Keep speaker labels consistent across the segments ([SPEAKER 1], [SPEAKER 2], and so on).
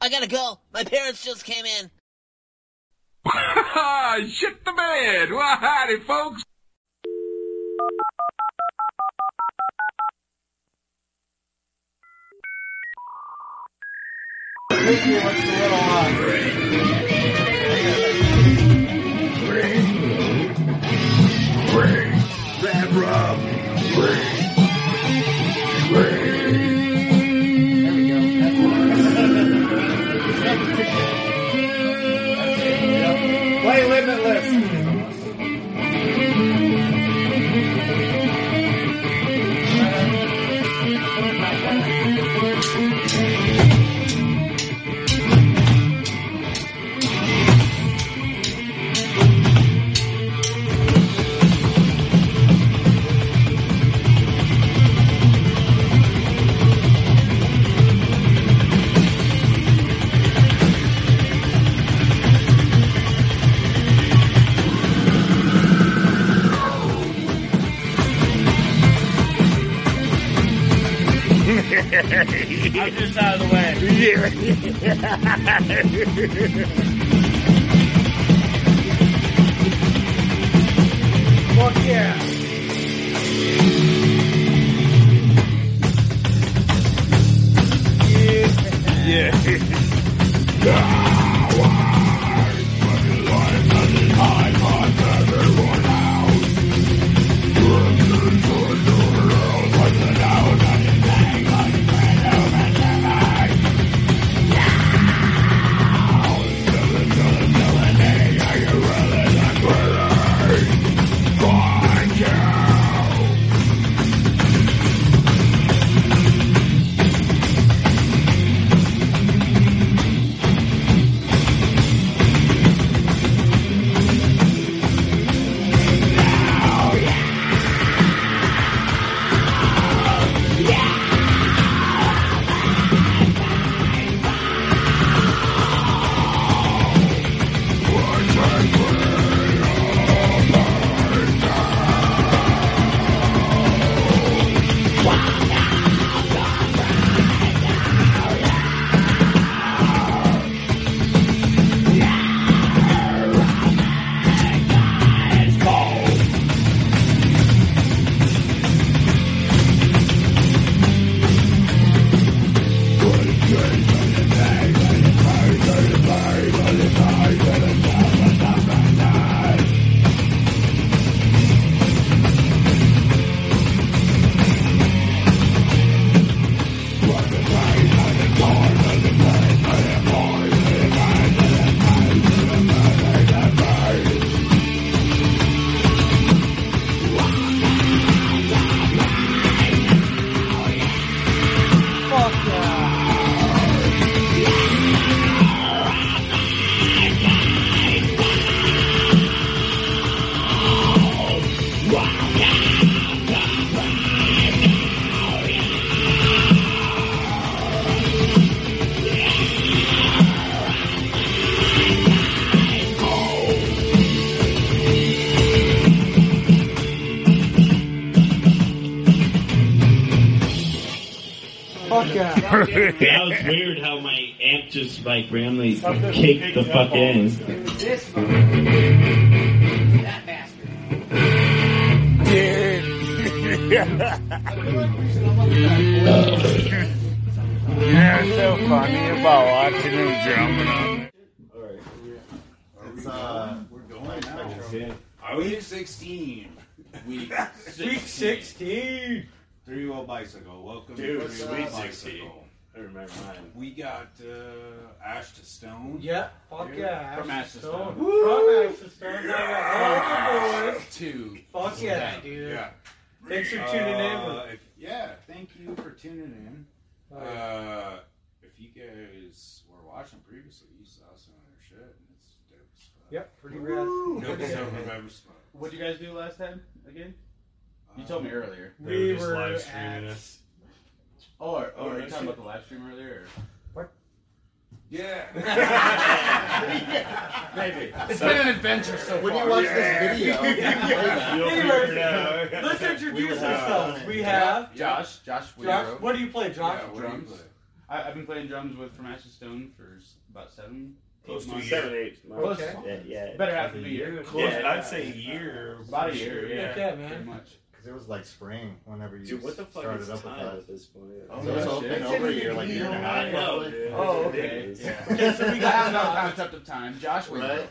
[SPEAKER 1] I gotta go. My parents just came in.
[SPEAKER 2] Ah, Shit the bed. Well, howdy, folks.
[SPEAKER 3] Play Limitless. I'm just out of the way. Fuck yeah. Fuck yeah.
[SPEAKER 4] That was weird how my amp just like randomly
[SPEAKER 3] Something
[SPEAKER 4] kicked the
[SPEAKER 3] picked
[SPEAKER 4] fuck
[SPEAKER 3] up
[SPEAKER 4] in.
[SPEAKER 3] on This motherfucker. That bastard.
[SPEAKER 5] You're so funny about watching him jumping on.
[SPEAKER 6] It's, uh, we're going
[SPEAKER 4] Yeah.
[SPEAKER 6] Are we? Week 16. Week 16.
[SPEAKER 3] Week 16.
[SPEAKER 6] Three wheel bicycle. Welcome
[SPEAKER 4] Dude,
[SPEAKER 6] to
[SPEAKER 4] sweet
[SPEAKER 6] Three Wheel
[SPEAKER 4] 16.
[SPEAKER 6] Bicycle.
[SPEAKER 4] I remember mine.
[SPEAKER 6] We got uh, Ash to Stone.
[SPEAKER 3] Yeah. Fuck yeah.
[SPEAKER 6] From
[SPEAKER 3] Ash to
[SPEAKER 6] Ashton Stone.
[SPEAKER 3] From Ashton Stone. I got both
[SPEAKER 6] Two.
[SPEAKER 3] the boys. Fuck yeah, dude.
[SPEAKER 6] Yeah.
[SPEAKER 3] Thanks for tuning
[SPEAKER 6] Uh,
[SPEAKER 3] in.
[SPEAKER 6] if, yeah, thank you for tuning in. Uh, if you guys were watching previously, you saw some of their shit, and it's dope as fuck.
[SPEAKER 3] Yep, pretty rad.
[SPEAKER 6] Dope as I've ever smoked.
[SPEAKER 7] What'd you guys do last time again? You told me earlier.
[SPEAKER 4] They were
[SPEAKER 3] We
[SPEAKER 4] just
[SPEAKER 3] were
[SPEAKER 4] live streaming
[SPEAKER 3] at
[SPEAKER 4] us.
[SPEAKER 7] Oh, or, or are you talking about the live stream earlier?
[SPEAKER 6] Um, Yeah.
[SPEAKER 7] Maybe.
[SPEAKER 5] It's been an adventure so
[SPEAKER 8] When you watch this video,
[SPEAKER 4] You'll
[SPEAKER 3] Anyway,
[SPEAKER 4] figure it out.
[SPEAKER 3] Let's introduce
[SPEAKER 6] have-
[SPEAKER 3] ourselves. We have
[SPEAKER 7] Josh. Josh.
[SPEAKER 3] Josh.
[SPEAKER 7] Weirer.
[SPEAKER 3] What do you play, Josh?
[SPEAKER 6] Yeah, what do you play?
[SPEAKER 7] I I, I've been playing drums with From Ashes to Stone for s- about seven.
[SPEAKER 9] Close to
[SPEAKER 7] months.
[SPEAKER 9] seven eighths.
[SPEAKER 7] Close.
[SPEAKER 8] Okay.
[SPEAKER 9] Yeah, yeah.
[SPEAKER 7] Better half of a year.
[SPEAKER 9] Close. Yeah, I'd say a year.
[SPEAKER 7] About a year, yeah.
[SPEAKER 3] Heck yeah,
[SPEAKER 7] Pretty
[SPEAKER 3] man.
[SPEAKER 7] much.
[SPEAKER 8] Because it was like spring whenever you
[SPEAKER 9] Dude, what the fuck
[SPEAKER 8] started
[SPEAKER 9] is
[SPEAKER 8] up with
[SPEAKER 9] time
[SPEAKER 8] us.
[SPEAKER 9] at this point?
[SPEAKER 8] So
[SPEAKER 7] Oh,
[SPEAKER 8] it's all
[SPEAKER 7] shit.
[SPEAKER 8] been over a year, like year and a half.
[SPEAKER 9] I know, dude. It's
[SPEAKER 7] Oh, okay.
[SPEAKER 9] ridiculous.
[SPEAKER 7] Okay, so we got
[SPEAKER 3] Yeah.
[SPEAKER 7] another concept of time. Josh, wait.
[SPEAKER 8] Right?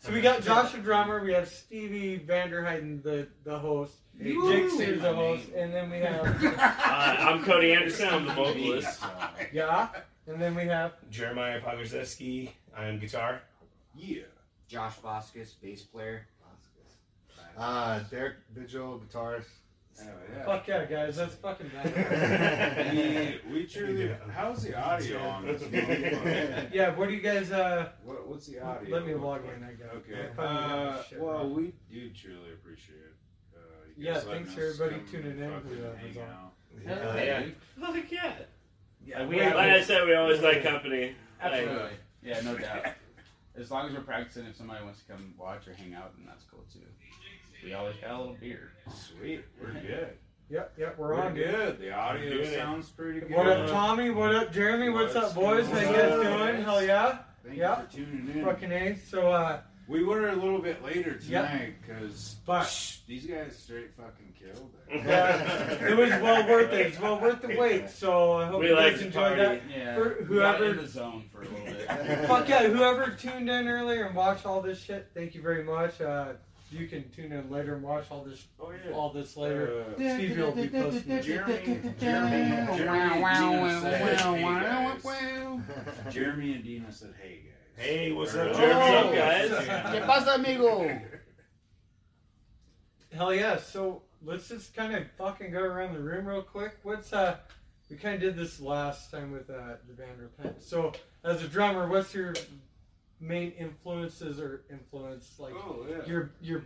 [SPEAKER 3] So we got Josh the drummer, we have Stevie Vanderheiden the, the host,
[SPEAKER 6] Hey,
[SPEAKER 3] Jake
[SPEAKER 6] say
[SPEAKER 3] Sears
[SPEAKER 6] my
[SPEAKER 3] the host,
[SPEAKER 6] name.
[SPEAKER 3] and then we have
[SPEAKER 9] Uh, I'm Cody Anderson. I'm the vocalist.
[SPEAKER 3] yeah, and then we have
[SPEAKER 9] Jeremiah Pogorzewski. I am guitar.
[SPEAKER 6] Yeah.
[SPEAKER 10] Josh Vasquez, bass player.
[SPEAKER 8] uh, Derek Vigil, guitarist.
[SPEAKER 6] Anyway, yeah.
[SPEAKER 3] fuck yeah guys, that's fucking bad.
[SPEAKER 6] We, we truly.
[SPEAKER 9] Yeah.
[SPEAKER 6] How's the audio on this? motherfucker?
[SPEAKER 3] yeah, what do you guys uh
[SPEAKER 6] what, what's the audio?
[SPEAKER 3] let me
[SPEAKER 6] look
[SPEAKER 3] log
[SPEAKER 6] like?
[SPEAKER 3] in, I got it.
[SPEAKER 6] Okay.
[SPEAKER 3] I finally got
[SPEAKER 6] Uh,
[SPEAKER 3] this shit
[SPEAKER 6] well,
[SPEAKER 3] right.
[SPEAKER 6] we do truly appreciate it. Uh, you
[SPEAKER 3] Yeah,
[SPEAKER 6] guys letting
[SPEAKER 3] thanks for
[SPEAKER 6] us
[SPEAKER 3] everybody
[SPEAKER 6] come
[SPEAKER 3] tuning in uh,
[SPEAKER 6] fucking
[SPEAKER 3] to that,
[SPEAKER 6] hang
[SPEAKER 3] was all.
[SPEAKER 6] out.
[SPEAKER 8] Uh,
[SPEAKER 7] Hell
[SPEAKER 9] yeah.
[SPEAKER 7] dude.
[SPEAKER 9] Fuck yeah.
[SPEAKER 7] Like, we
[SPEAKER 9] Like
[SPEAKER 7] have-
[SPEAKER 9] I said, we always like company. Like,
[SPEAKER 7] Absolutely. Yeah, no doubt. As long as we're practicing, if somebody wants to come watch or hang out, then that's cool too. We always got a little beer.
[SPEAKER 6] Sweet, we're good.
[SPEAKER 3] Yep, yep,
[SPEAKER 6] We're
[SPEAKER 3] we're, on dude.
[SPEAKER 6] good. Uh, The audio
[SPEAKER 9] Doing it.
[SPEAKER 6] sounds pretty good.
[SPEAKER 3] What up Tommy? What up Jeremy? What's,
[SPEAKER 6] What's
[SPEAKER 3] up boys? How
[SPEAKER 6] going
[SPEAKER 3] you guys
[SPEAKER 6] on?
[SPEAKER 3] doing? Hell yeah.
[SPEAKER 6] Thank
[SPEAKER 3] Yeah.
[SPEAKER 6] you for tuning in.
[SPEAKER 3] Fucking A. So uh
[SPEAKER 6] We were a little bit later
[SPEAKER 3] Yep.
[SPEAKER 6] tonight because
[SPEAKER 3] But-
[SPEAKER 6] these guys straight fucking killed it.
[SPEAKER 3] yeah, it was well worth it. It's well worth the wait. So I hope
[SPEAKER 9] We
[SPEAKER 3] you
[SPEAKER 9] like
[SPEAKER 3] guys
[SPEAKER 9] to
[SPEAKER 3] enjoyed
[SPEAKER 9] party.
[SPEAKER 3] that.
[SPEAKER 7] Yeah.
[SPEAKER 3] For
[SPEAKER 7] we got
[SPEAKER 3] whoever-
[SPEAKER 7] in the zone for a little bit.
[SPEAKER 3] Fuck yeah, whoever tuned in earlier and watched all this shit, thank you very much. Uh, you can tune in later and watch all this
[SPEAKER 6] Oh yeah.
[SPEAKER 3] all this later.
[SPEAKER 6] Uh,
[SPEAKER 3] Stevie will be posting it.
[SPEAKER 6] Jeremy, Jeremy, Jeremy, and Dina said, hey, guys. Jeremy and Dina said, "Hey guys."
[SPEAKER 9] hey, what's up,
[SPEAKER 6] Oh,
[SPEAKER 9] Jeremy?
[SPEAKER 3] what's
[SPEAKER 9] guys?
[SPEAKER 6] up?
[SPEAKER 9] Yeah.
[SPEAKER 3] Oh, Hell yeah, so let's just kind of fucking go around the room real quick. What's uh we kind of did this last time with uh the Vanderpump. So as a drummer, what's your main influences or influence like
[SPEAKER 6] Oh yeah.
[SPEAKER 3] your your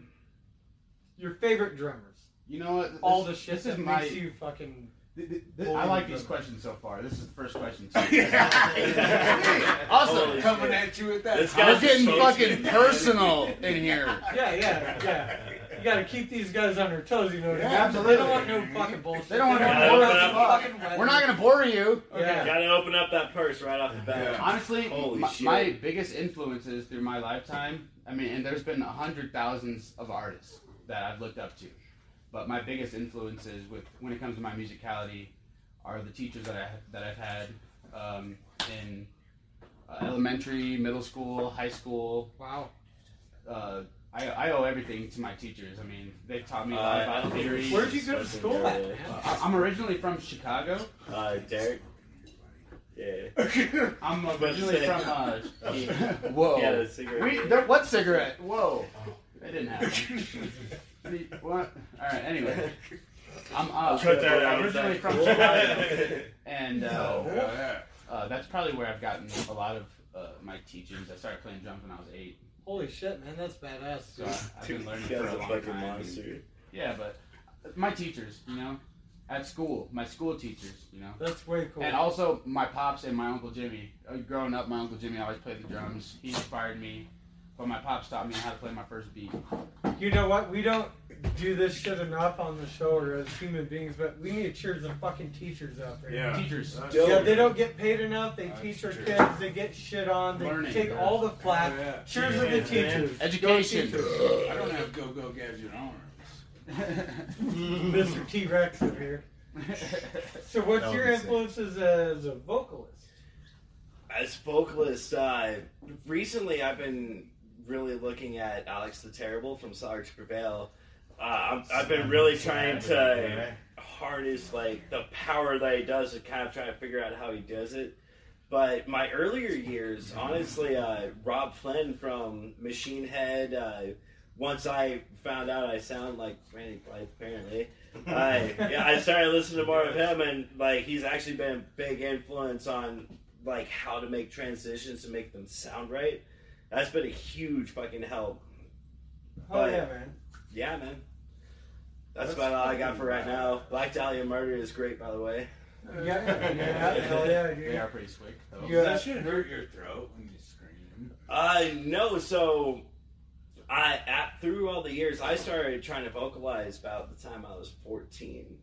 [SPEAKER 3] your favorite drummers?
[SPEAKER 7] You know what?
[SPEAKER 3] all the
[SPEAKER 7] This-
[SPEAKER 3] shit
[SPEAKER 7] This
[SPEAKER 3] that
[SPEAKER 7] is my.
[SPEAKER 3] makes you fucking
[SPEAKER 7] th- th- th-
[SPEAKER 3] Well,
[SPEAKER 7] I like
[SPEAKER 3] we-
[SPEAKER 7] these questions so far. This is the first question too. Oh,
[SPEAKER 8] Also,
[SPEAKER 9] Holy
[SPEAKER 8] coming
[SPEAKER 9] shit.
[SPEAKER 8] at you with that.
[SPEAKER 9] This
[SPEAKER 8] We're
[SPEAKER 9] guy's
[SPEAKER 8] getting
[SPEAKER 9] supposed
[SPEAKER 8] fucking
[SPEAKER 9] to-
[SPEAKER 8] personal in here.
[SPEAKER 3] Yeah, yeah,
[SPEAKER 9] Oh,
[SPEAKER 3] yeah. You gotta keep these guys on their toes, you know. what I mean?
[SPEAKER 8] Yeah,
[SPEAKER 3] They don't want no fucking bullshit.
[SPEAKER 8] They don't want
[SPEAKER 9] no bullshit.
[SPEAKER 3] fucking
[SPEAKER 8] We're not going to bore you.
[SPEAKER 3] gonna. Yeah.
[SPEAKER 9] Gotta open up that purse right off the bat.
[SPEAKER 6] Yeah.
[SPEAKER 7] Honestly,
[SPEAKER 9] Holy
[SPEAKER 7] my,
[SPEAKER 9] shit.
[SPEAKER 7] my biggest influences through my lifetime, I mean, and there's been a hundred thousands of artists that I've looked up to, but my biggest influences with when it comes to my musicality are the teachers that I that I've had um, in uh, elementary, middle school, high school.
[SPEAKER 3] Wow.
[SPEAKER 7] Uh, I, I owe everything to my teachers. I mean, they've taught me a
[SPEAKER 9] Uh,
[SPEAKER 7] lot
[SPEAKER 9] I don't
[SPEAKER 7] about
[SPEAKER 9] think
[SPEAKER 7] theory.
[SPEAKER 9] we-
[SPEAKER 3] Where'd you go to school at, man?
[SPEAKER 7] Uh, I'm originally from Chicago.
[SPEAKER 9] Uh, Derek. Yeah.
[SPEAKER 7] I'm
[SPEAKER 9] about to
[SPEAKER 7] originally
[SPEAKER 9] say.
[SPEAKER 7] from uh,
[SPEAKER 8] Whoa.
[SPEAKER 9] Yeah, the cigarette.
[SPEAKER 7] We, there, what cigarette? Whoa. That didn't happen. The- what? All right. Anyway, I'm uh,
[SPEAKER 9] Cut that out.
[SPEAKER 7] I'm originally from Chicago, and
[SPEAKER 6] Oh,
[SPEAKER 7] uh,
[SPEAKER 6] Yeah.
[SPEAKER 7] uh, that's probably where I've gotten a lot of uh, my teachings. I started playing drums when I was eight,
[SPEAKER 3] Holy shit, man, that's badass.
[SPEAKER 7] so I, I've
[SPEAKER 9] Dude,
[SPEAKER 7] been learning
[SPEAKER 9] this
[SPEAKER 7] for
[SPEAKER 9] guy's
[SPEAKER 7] a
[SPEAKER 9] a
[SPEAKER 7] long
[SPEAKER 9] fucking
[SPEAKER 7] time.
[SPEAKER 9] monster.
[SPEAKER 7] Yeah, but my teachers, you know, at school, my school teachers, you know.
[SPEAKER 3] That's way cool.
[SPEAKER 7] And also my pops and my uncle Jimmy. Uh, Growing up, my uncle Jimmy always played the drums. He inspired me, but my pops taught me how to play my first beat.
[SPEAKER 3] You know what? We don't do this shit enough on the show or as human beings, but we need to cheers the fucking teachers out there.
[SPEAKER 6] Yeah. Oh,
[SPEAKER 7] Teachers,
[SPEAKER 3] Yeah, they don't get paid enough. They
[SPEAKER 6] That's
[SPEAKER 3] teach our
[SPEAKER 6] true.
[SPEAKER 3] kids. They get shit on. They
[SPEAKER 7] Learning,
[SPEAKER 3] take
[SPEAKER 7] yeah.
[SPEAKER 3] all the flack.
[SPEAKER 6] Oh, yeah.
[SPEAKER 3] Cheers to the
[SPEAKER 9] Yeah, man.
[SPEAKER 3] teachers.
[SPEAKER 7] Education.
[SPEAKER 6] I don't have go go gadget arms.
[SPEAKER 3] Mr. T Rex over here. So,
[SPEAKER 8] That
[SPEAKER 3] what's
[SPEAKER 8] would
[SPEAKER 3] your
[SPEAKER 8] be sick.
[SPEAKER 3] influences as a vocalist?
[SPEAKER 9] As vocalist, uh, recently I've been really looking at Alex the Terrible from Sorry to Prevail. Uh, I'm, I've been really trying to uh, harness like the power that he does and kind of trying to figure out how he does it. But my earlier years, honestly, uh, Rob Flynn from Machine Head. Uh, once I found out I sound like Randy Blythe, apparently, I yeah, I started listening to more of him, and like he's actually been a big influence on like how to make transitions to make them sound right. That's been a huge fucking help.
[SPEAKER 3] Oh,
[SPEAKER 9] But-
[SPEAKER 3] yeah, man.
[SPEAKER 9] Yeah, man. That's,
[SPEAKER 6] That's
[SPEAKER 9] about all I got
[SPEAKER 6] fucking
[SPEAKER 9] for right
[SPEAKER 6] rad.
[SPEAKER 9] now. Black Dahlia Murder is great, by the way.
[SPEAKER 3] Yeah, yeah, hell yeah, dude.
[SPEAKER 7] they are pretty slick. Though.
[SPEAKER 3] Yeah.
[SPEAKER 6] That should hurt your throat when you scream.
[SPEAKER 9] Uh, no, so I at, through all the years, I started trying to vocalize about the time I was 14.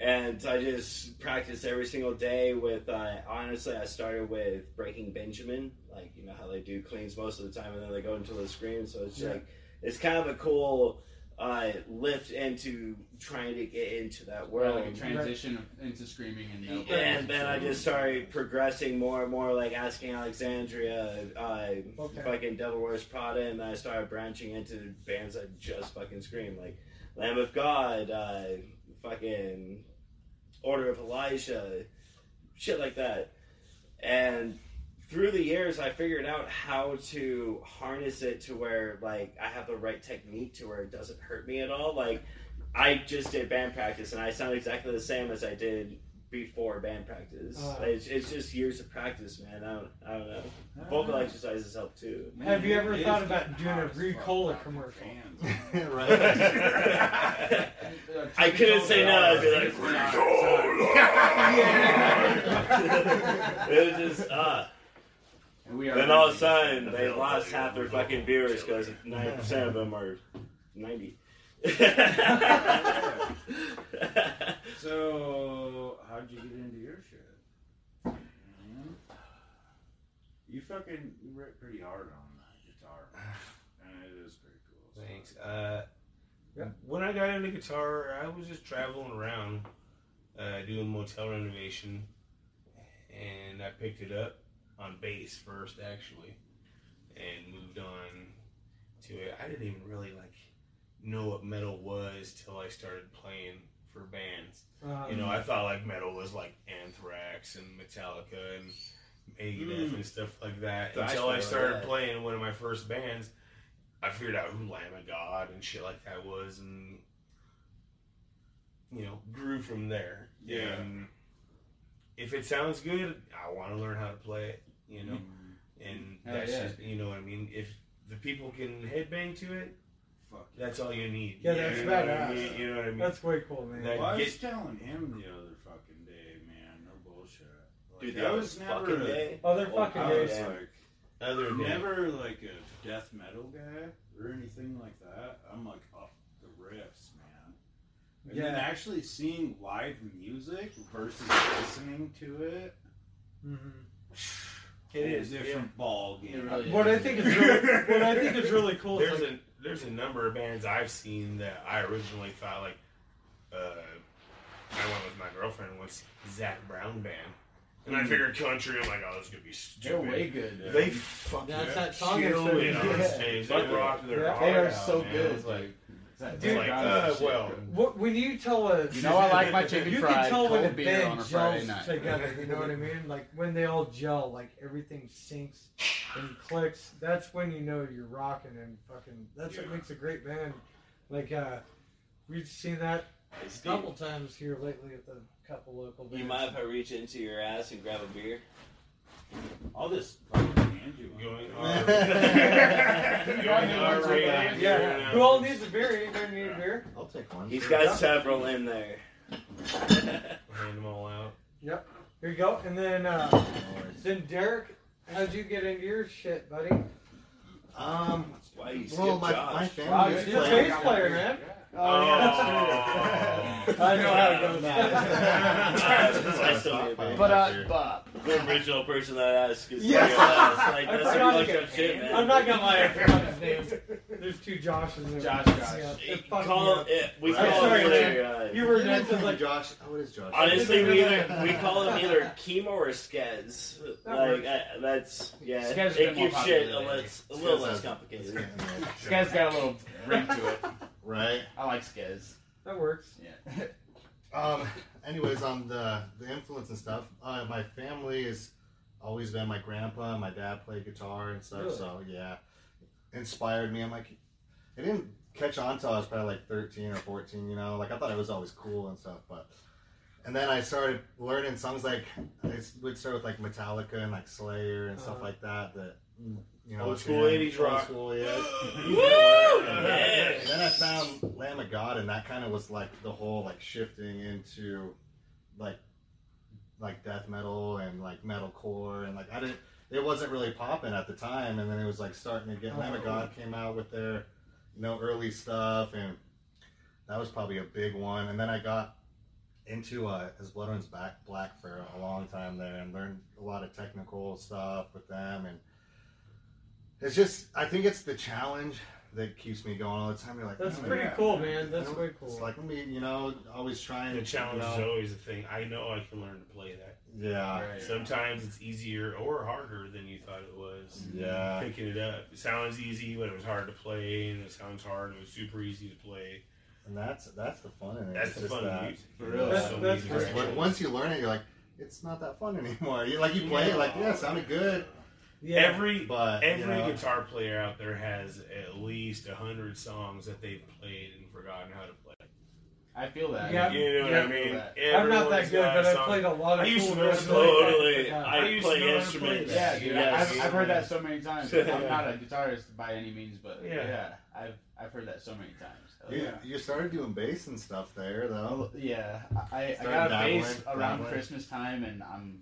[SPEAKER 9] and I just practice every single day with. Uh, honestly, I started with Breaking Benjamin, like you know how they do cleans most of the time, and then they go into the screen. So it's
[SPEAKER 3] Yeah.
[SPEAKER 9] like it's kind of a cool uh, lift into trying to get into that
[SPEAKER 7] Or
[SPEAKER 9] world.
[SPEAKER 7] like a transition of- into screaming and no.
[SPEAKER 9] And then I just started progressing more and more, like asking Alexandria, uh,
[SPEAKER 3] Okay.
[SPEAKER 9] fucking Devil Wears Prada, and then I started branching into bands that just fucking scream, like Lamb of God, uh, fucking Order of Elijah, shit like that. And through the years, I figured out how to harness it to where, like, I have the right technique to where it doesn't hurt me at all. Like, I just did band practice, and I sound exactly the same as I did before band practice.
[SPEAKER 3] Ah.
[SPEAKER 9] it's, it's just years of practice, man. I don't, I don't know.
[SPEAKER 6] Uh.
[SPEAKER 3] Ah.
[SPEAKER 9] Vocal exercises help too.
[SPEAKER 3] Have you
[SPEAKER 6] It
[SPEAKER 3] ever
[SPEAKER 6] is
[SPEAKER 3] thought
[SPEAKER 6] getting
[SPEAKER 3] about doing
[SPEAKER 6] hot
[SPEAKER 3] a
[SPEAKER 6] as fuck
[SPEAKER 3] Ricola
[SPEAKER 6] without the
[SPEAKER 3] commercial?
[SPEAKER 6] fans.
[SPEAKER 9] I couldn't say no. I'd be like, it was just uh.
[SPEAKER 7] And we are
[SPEAKER 9] Then all of a sudden, they lost half their fucking viewers because ninety percent of them are ninety.
[SPEAKER 6] So, how'd you get into your shit? Mhm. You fucking you ripped pretty hard on that guitar, and it is pretty cool. So-
[SPEAKER 11] Thanks. Uh,
[SPEAKER 3] Yeah.
[SPEAKER 11] When I got into guitar, I was just traveling around uh, doing motel renovation, and I picked it up on bass first, actually, and moved on to it. I didn't even really like know what metal was till I started playing for bands.
[SPEAKER 3] Um,
[SPEAKER 11] You know, I thought like metal was like Anthrax and Metallica and Megadeth
[SPEAKER 6] Mm.
[SPEAKER 11] and stuff like that.
[SPEAKER 6] Thrash
[SPEAKER 11] Until I
[SPEAKER 6] metal,
[SPEAKER 11] started
[SPEAKER 6] yeah.
[SPEAKER 11] playing in one of my first bands, I figured out who Lamb of God and shit like that was, and you know, grew from there.
[SPEAKER 6] Yeah.
[SPEAKER 11] And if it sounds good, I want to learn how to play it. You know, and
[SPEAKER 7] Hell
[SPEAKER 11] that's
[SPEAKER 7] yeah.
[SPEAKER 11] just you know what I mean. If the people can headbang to it,
[SPEAKER 6] Fuck.
[SPEAKER 11] that's all you need.
[SPEAKER 3] Yeah,
[SPEAKER 11] You
[SPEAKER 3] that's
[SPEAKER 11] know what I
[SPEAKER 3] badass.
[SPEAKER 11] mean? You know what I mean?
[SPEAKER 3] That's way cool, man.
[SPEAKER 11] That-
[SPEAKER 6] Well, I was
[SPEAKER 11] Get-
[SPEAKER 6] telling him the other fucking day, man. No bullshit. Like,
[SPEAKER 9] Dude,
[SPEAKER 6] I
[SPEAKER 9] that
[SPEAKER 6] was
[SPEAKER 9] was
[SPEAKER 6] never
[SPEAKER 9] fucking
[SPEAKER 6] a-
[SPEAKER 9] day.
[SPEAKER 3] Other
[SPEAKER 9] Oh,
[SPEAKER 3] fucking
[SPEAKER 6] I
[SPEAKER 9] yeah.
[SPEAKER 6] was
[SPEAKER 3] days.
[SPEAKER 6] like,
[SPEAKER 11] Other than
[SPEAKER 6] never like a death metal guy or anything like that. I'm like up the riffs, man. And then
[SPEAKER 3] Yeah.
[SPEAKER 6] actually seeing live music versus listening to it,
[SPEAKER 3] Mhm.
[SPEAKER 11] it
[SPEAKER 6] whole
[SPEAKER 11] is
[SPEAKER 6] different ball game.
[SPEAKER 7] It really
[SPEAKER 3] What I think is really, what I think is really cool is
[SPEAKER 11] There's
[SPEAKER 3] like,
[SPEAKER 11] a there's a number of bands I've seen that I originally thought like uh, I went with my girlfriend was Zach Brown band, and I figured country. I'm like, oh, this is gonna be
[SPEAKER 7] They're
[SPEAKER 11] stupid.
[SPEAKER 7] way good. dude.
[SPEAKER 11] They fucking
[SPEAKER 3] That's that song I
[SPEAKER 11] killed
[SPEAKER 3] said.
[SPEAKER 11] it on
[SPEAKER 3] Yeah.
[SPEAKER 11] stage. They rocked their
[SPEAKER 3] Yeah.
[SPEAKER 11] heart
[SPEAKER 7] They are
[SPEAKER 11] out,
[SPEAKER 7] so
[SPEAKER 11] man.
[SPEAKER 7] good.
[SPEAKER 11] It's like,
[SPEAKER 7] It's that
[SPEAKER 11] it's
[SPEAKER 3] Dude,
[SPEAKER 11] like,
[SPEAKER 7] Brown
[SPEAKER 11] uh,
[SPEAKER 7] shit,
[SPEAKER 11] well,
[SPEAKER 7] dude.
[SPEAKER 3] what, when you tell us,
[SPEAKER 7] You know I like my chicken
[SPEAKER 3] you
[SPEAKER 7] fried
[SPEAKER 3] can tell when a
[SPEAKER 7] cold beer on
[SPEAKER 3] band
[SPEAKER 7] a
[SPEAKER 3] gels
[SPEAKER 7] Friday night.
[SPEAKER 3] together. You know what I mean? Like when they all gel, like everything syncs and clicks. That's when you know you're rocking and fucking. That's
[SPEAKER 6] Yeah.
[SPEAKER 3] what makes a great band. Like uh, we've seen that a couple times here lately at the couple local bands.
[SPEAKER 9] You mind if I reach into your ass and grab a beer?
[SPEAKER 6] I'll just fucking hand you one.
[SPEAKER 11] going
[SPEAKER 8] Yeah.
[SPEAKER 11] R- going
[SPEAKER 3] Yeah.
[SPEAKER 11] R rated.
[SPEAKER 3] Yeah. Who all needs a beer? Anybody need a beer?
[SPEAKER 8] I'll take one.
[SPEAKER 9] He's got several in there.
[SPEAKER 11] Hand them all out.
[SPEAKER 3] Here you go. And then uh, then Derek, how'd you get into your shit, buddy?
[SPEAKER 8] Um,
[SPEAKER 9] Why you skip
[SPEAKER 8] well, my,
[SPEAKER 9] Josh?
[SPEAKER 8] my
[SPEAKER 3] Wow,
[SPEAKER 8] family
[SPEAKER 3] you're
[SPEAKER 8] is
[SPEAKER 3] a
[SPEAKER 8] playing.
[SPEAKER 3] bass player, man.
[SPEAKER 8] Oh, yeah,
[SPEAKER 11] Oh.
[SPEAKER 8] that's true.
[SPEAKER 3] I know how to go with
[SPEAKER 9] I
[SPEAKER 8] that.
[SPEAKER 9] still need a beer.
[SPEAKER 7] But uh, but
[SPEAKER 9] the original person that asked is
[SPEAKER 3] Yeah.
[SPEAKER 9] yeah. like
[SPEAKER 3] I
[SPEAKER 9] that's some
[SPEAKER 3] forgot
[SPEAKER 9] fucked
[SPEAKER 3] to
[SPEAKER 9] up shit, man.
[SPEAKER 3] I'm not gonna lie, I forgot his name. There's two Joshes. in there.
[SPEAKER 7] Josh, Josh.
[SPEAKER 3] Yeah, it fucked me
[SPEAKER 9] call
[SPEAKER 3] up.
[SPEAKER 9] it, we
[SPEAKER 8] Right.
[SPEAKER 9] call
[SPEAKER 3] Sorry,
[SPEAKER 9] him either, uh,
[SPEAKER 3] You were
[SPEAKER 8] That's
[SPEAKER 3] next to
[SPEAKER 8] like
[SPEAKER 3] like
[SPEAKER 8] Josh. Oh, it is Josh.
[SPEAKER 9] honestly we either we call him either chemo or skez.
[SPEAKER 3] That
[SPEAKER 9] Like
[SPEAKER 3] works.
[SPEAKER 9] uh, that's yeah,
[SPEAKER 7] Skez has been
[SPEAKER 9] it
[SPEAKER 7] more
[SPEAKER 9] keeps
[SPEAKER 7] popular
[SPEAKER 9] shit a
[SPEAKER 7] lately.
[SPEAKER 9] little, a little
[SPEAKER 8] Skez
[SPEAKER 9] less
[SPEAKER 8] has-
[SPEAKER 9] complicated.
[SPEAKER 7] Skez got a little ring to it.
[SPEAKER 8] Right.
[SPEAKER 7] I like Skez.
[SPEAKER 3] that works.
[SPEAKER 7] Yeah.
[SPEAKER 8] Um. Anyways, on the the influence and stuff, uh, my family has always been my grandpa. and My dad played guitar and stuff,
[SPEAKER 3] Really?
[SPEAKER 8] so yeah, inspired me. I'm like, it didn't catch on till I was probably like 13 or 14. You know, like I thought it was always cool and stuff, but and then I started learning songs like I s- would start with like Metallica and like Slayer and stuff
[SPEAKER 3] Uh-huh.
[SPEAKER 8] like that. That you know,
[SPEAKER 11] Old
[SPEAKER 8] it's
[SPEAKER 11] school
[SPEAKER 8] in,
[SPEAKER 11] 80s
[SPEAKER 8] old
[SPEAKER 11] rock.
[SPEAKER 8] school, yeah.
[SPEAKER 11] Woo!
[SPEAKER 8] And
[SPEAKER 11] Yes.
[SPEAKER 8] then I found Lamb of God, and that kind of was like the whole like shifting into like like death metal and like metalcore, and like I didn't. It wasn't really popping at the time, and then it was like starting to get. Lamb of God came out with their you know early stuff, and that was probably a big one. And then I got into uh, his blood on his back black for a long time there and learned a lot of technical stuff with them and it's just I think it's the challenge that keeps me going all the time. You're like
[SPEAKER 3] That's
[SPEAKER 8] "Oh,
[SPEAKER 3] pretty
[SPEAKER 8] yeah."
[SPEAKER 3] cool, man. That's
[SPEAKER 8] You know,
[SPEAKER 3] way cool.
[SPEAKER 8] It's like let me you know always trying
[SPEAKER 11] The
[SPEAKER 8] to
[SPEAKER 11] challenge
[SPEAKER 8] you
[SPEAKER 11] is
[SPEAKER 8] know,
[SPEAKER 11] always a thing. I know I can learn to play that.
[SPEAKER 8] Yeah.
[SPEAKER 7] Right.
[SPEAKER 11] Sometimes it's easier or harder than you thought it was.
[SPEAKER 8] Yeah.
[SPEAKER 11] Picking it up. It sounds easy, but it was hard to play, and it sounds hard, and it was super easy to play.
[SPEAKER 8] And that's that's the fun in it.
[SPEAKER 11] That's
[SPEAKER 8] It's
[SPEAKER 11] the
[SPEAKER 8] just
[SPEAKER 11] fun of
[SPEAKER 8] that-
[SPEAKER 11] music.
[SPEAKER 7] For real.
[SPEAKER 3] That's-
[SPEAKER 11] So
[SPEAKER 3] that's
[SPEAKER 11] many
[SPEAKER 3] great.
[SPEAKER 8] Just
[SPEAKER 11] directions.
[SPEAKER 8] when- once you learn it, you're like, it's not that fun anymore. You like you play it like, yeah, it sounded good,
[SPEAKER 3] Yeah.
[SPEAKER 11] Every
[SPEAKER 8] but you
[SPEAKER 11] Every
[SPEAKER 8] know,
[SPEAKER 11] guitar player out there has at least a hundred songs that they've played and forgotten how to play.
[SPEAKER 7] I feel that.
[SPEAKER 3] Yeah.
[SPEAKER 11] You know what
[SPEAKER 3] Yeah.
[SPEAKER 11] I mean?
[SPEAKER 3] I'm not that
[SPEAKER 11] Everyone's
[SPEAKER 3] good,
[SPEAKER 11] got a
[SPEAKER 3] but I
[SPEAKER 11] song.
[SPEAKER 3] played a lot of
[SPEAKER 11] I used
[SPEAKER 3] cool
[SPEAKER 11] to know
[SPEAKER 3] bands.
[SPEAKER 9] Totally.
[SPEAKER 3] Yeah.
[SPEAKER 11] I
[SPEAKER 9] I
[SPEAKER 11] used to
[SPEAKER 9] play
[SPEAKER 11] know how to play
[SPEAKER 9] instruments.
[SPEAKER 7] Yeah, dude.
[SPEAKER 9] Yes.
[SPEAKER 7] I've, I've heard that so many times. I'm not a guitarist by any means, but yeah,
[SPEAKER 11] Yeah.
[SPEAKER 7] I've I've heard that so many times.
[SPEAKER 8] you, you started doing bass and stuff there though.
[SPEAKER 7] Well, yeah, I, I
[SPEAKER 8] Started
[SPEAKER 7] got a
[SPEAKER 8] dabbling,
[SPEAKER 7] bass around
[SPEAKER 8] dabbling.
[SPEAKER 7] Christmas time, and I'm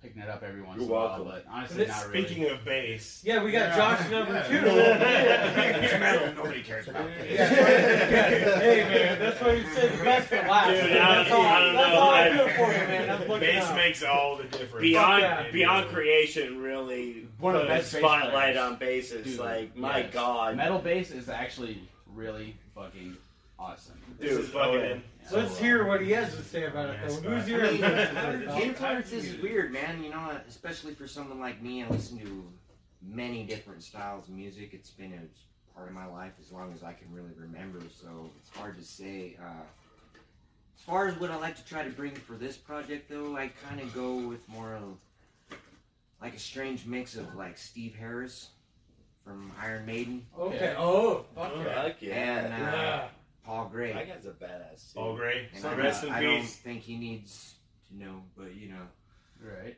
[SPEAKER 7] picking it up every once
[SPEAKER 9] You're
[SPEAKER 7] in a while.
[SPEAKER 9] welcome.
[SPEAKER 7] But honestly, not really.
[SPEAKER 11] Speaking of bass,
[SPEAKER 3] Yeah, we got
[SPEAKER 7] Yeah.
[SPEAKER 3] Josh number
[SPEAKER 7] Yeah.
[SPEAKER 3] two.
[SPEAKER 11] It's metal, nobody cares about
[SPEAKER 3] Yeah.
[SPEAKER 11] bass.
[SPEAKER 3] hey man, that's why you said the best for last.
[SPEAKER 11] Dude,
[SPEAKER 3] man.
[SPEAKER 11] I-
[SPEAKER 3] that's all,
[SPEAKER 11] I don't
[SPEAKER 3] that's
[SPEAKER 11] know.
[SPEAKER 3] all I
[SPEAKER 11] I-
[SPEAKER 3] do it for you, man. I'm looking
[SPEAKER 11] Bass
[SPEAKER 3] out.
[SPEAKER 11] makes all the difference.
[SPEAKER 9] Beyond
[SPEAKER 3] Yeah.
[SPEAKER 9] Beyond Creation really
[SPEAKER 7] One of
[SPEAKER 9] put
[SPEAKER 7] the
[SPEAKER 9] a
[SPEAKER 7] best bass
[SPEAKER 9] spotlight
[SPEAKER 7] players.
[SPEAKER 9] on bases.
[SPEAKER 7] Dude,
[SPEAKER 9] like my
[SPEAKER 7] yes.
[SPEAKER 9] god,
[SPEAKER 7] metal bass is actually really fucking awesome.
[SPEAKER 11] This
[SPEAKER 9] Dude,
[SPEAKER 11] is fucking.
[SPEAKER 9] oh,
[SPEAKER 7] So
[SPEAKER 3] Let's hear what he has to say about it. Though. Who's your
[SPEAKER 10] I mean,
[SPEAKER 3] influence?
[SPEAKER 10] influence is weird, man. You know, especially for someone like me, I listen to many different styles of music. It's been a part of my life as long as I can really remember, so it's hard to say. Uh, as far as what I like to try to bring for this project, though, I kind of go with more of like a strange mix of like Steve Harris from Iron Maiden
[SPEAKER 3] Okay. Oh, fuck yeah.
[SPEAKER 9] Fuck yeah.
[SPEAKER 10] and uh,
[SPEAKER 3] Yeah.
[SPEAKER 10] Paul Gray.
[SPEAKER 9] That guy's a badass too.
[SPEAKER 11] All great.
[SPEAKER 10] And I,
[SPEAKER 11] Rest in
[SPEAKER 10] I don't
[SPEAKER 11] peace.
[SPEAKER 10] think he needs to know, but you know.
[SPEAKER 7] Right.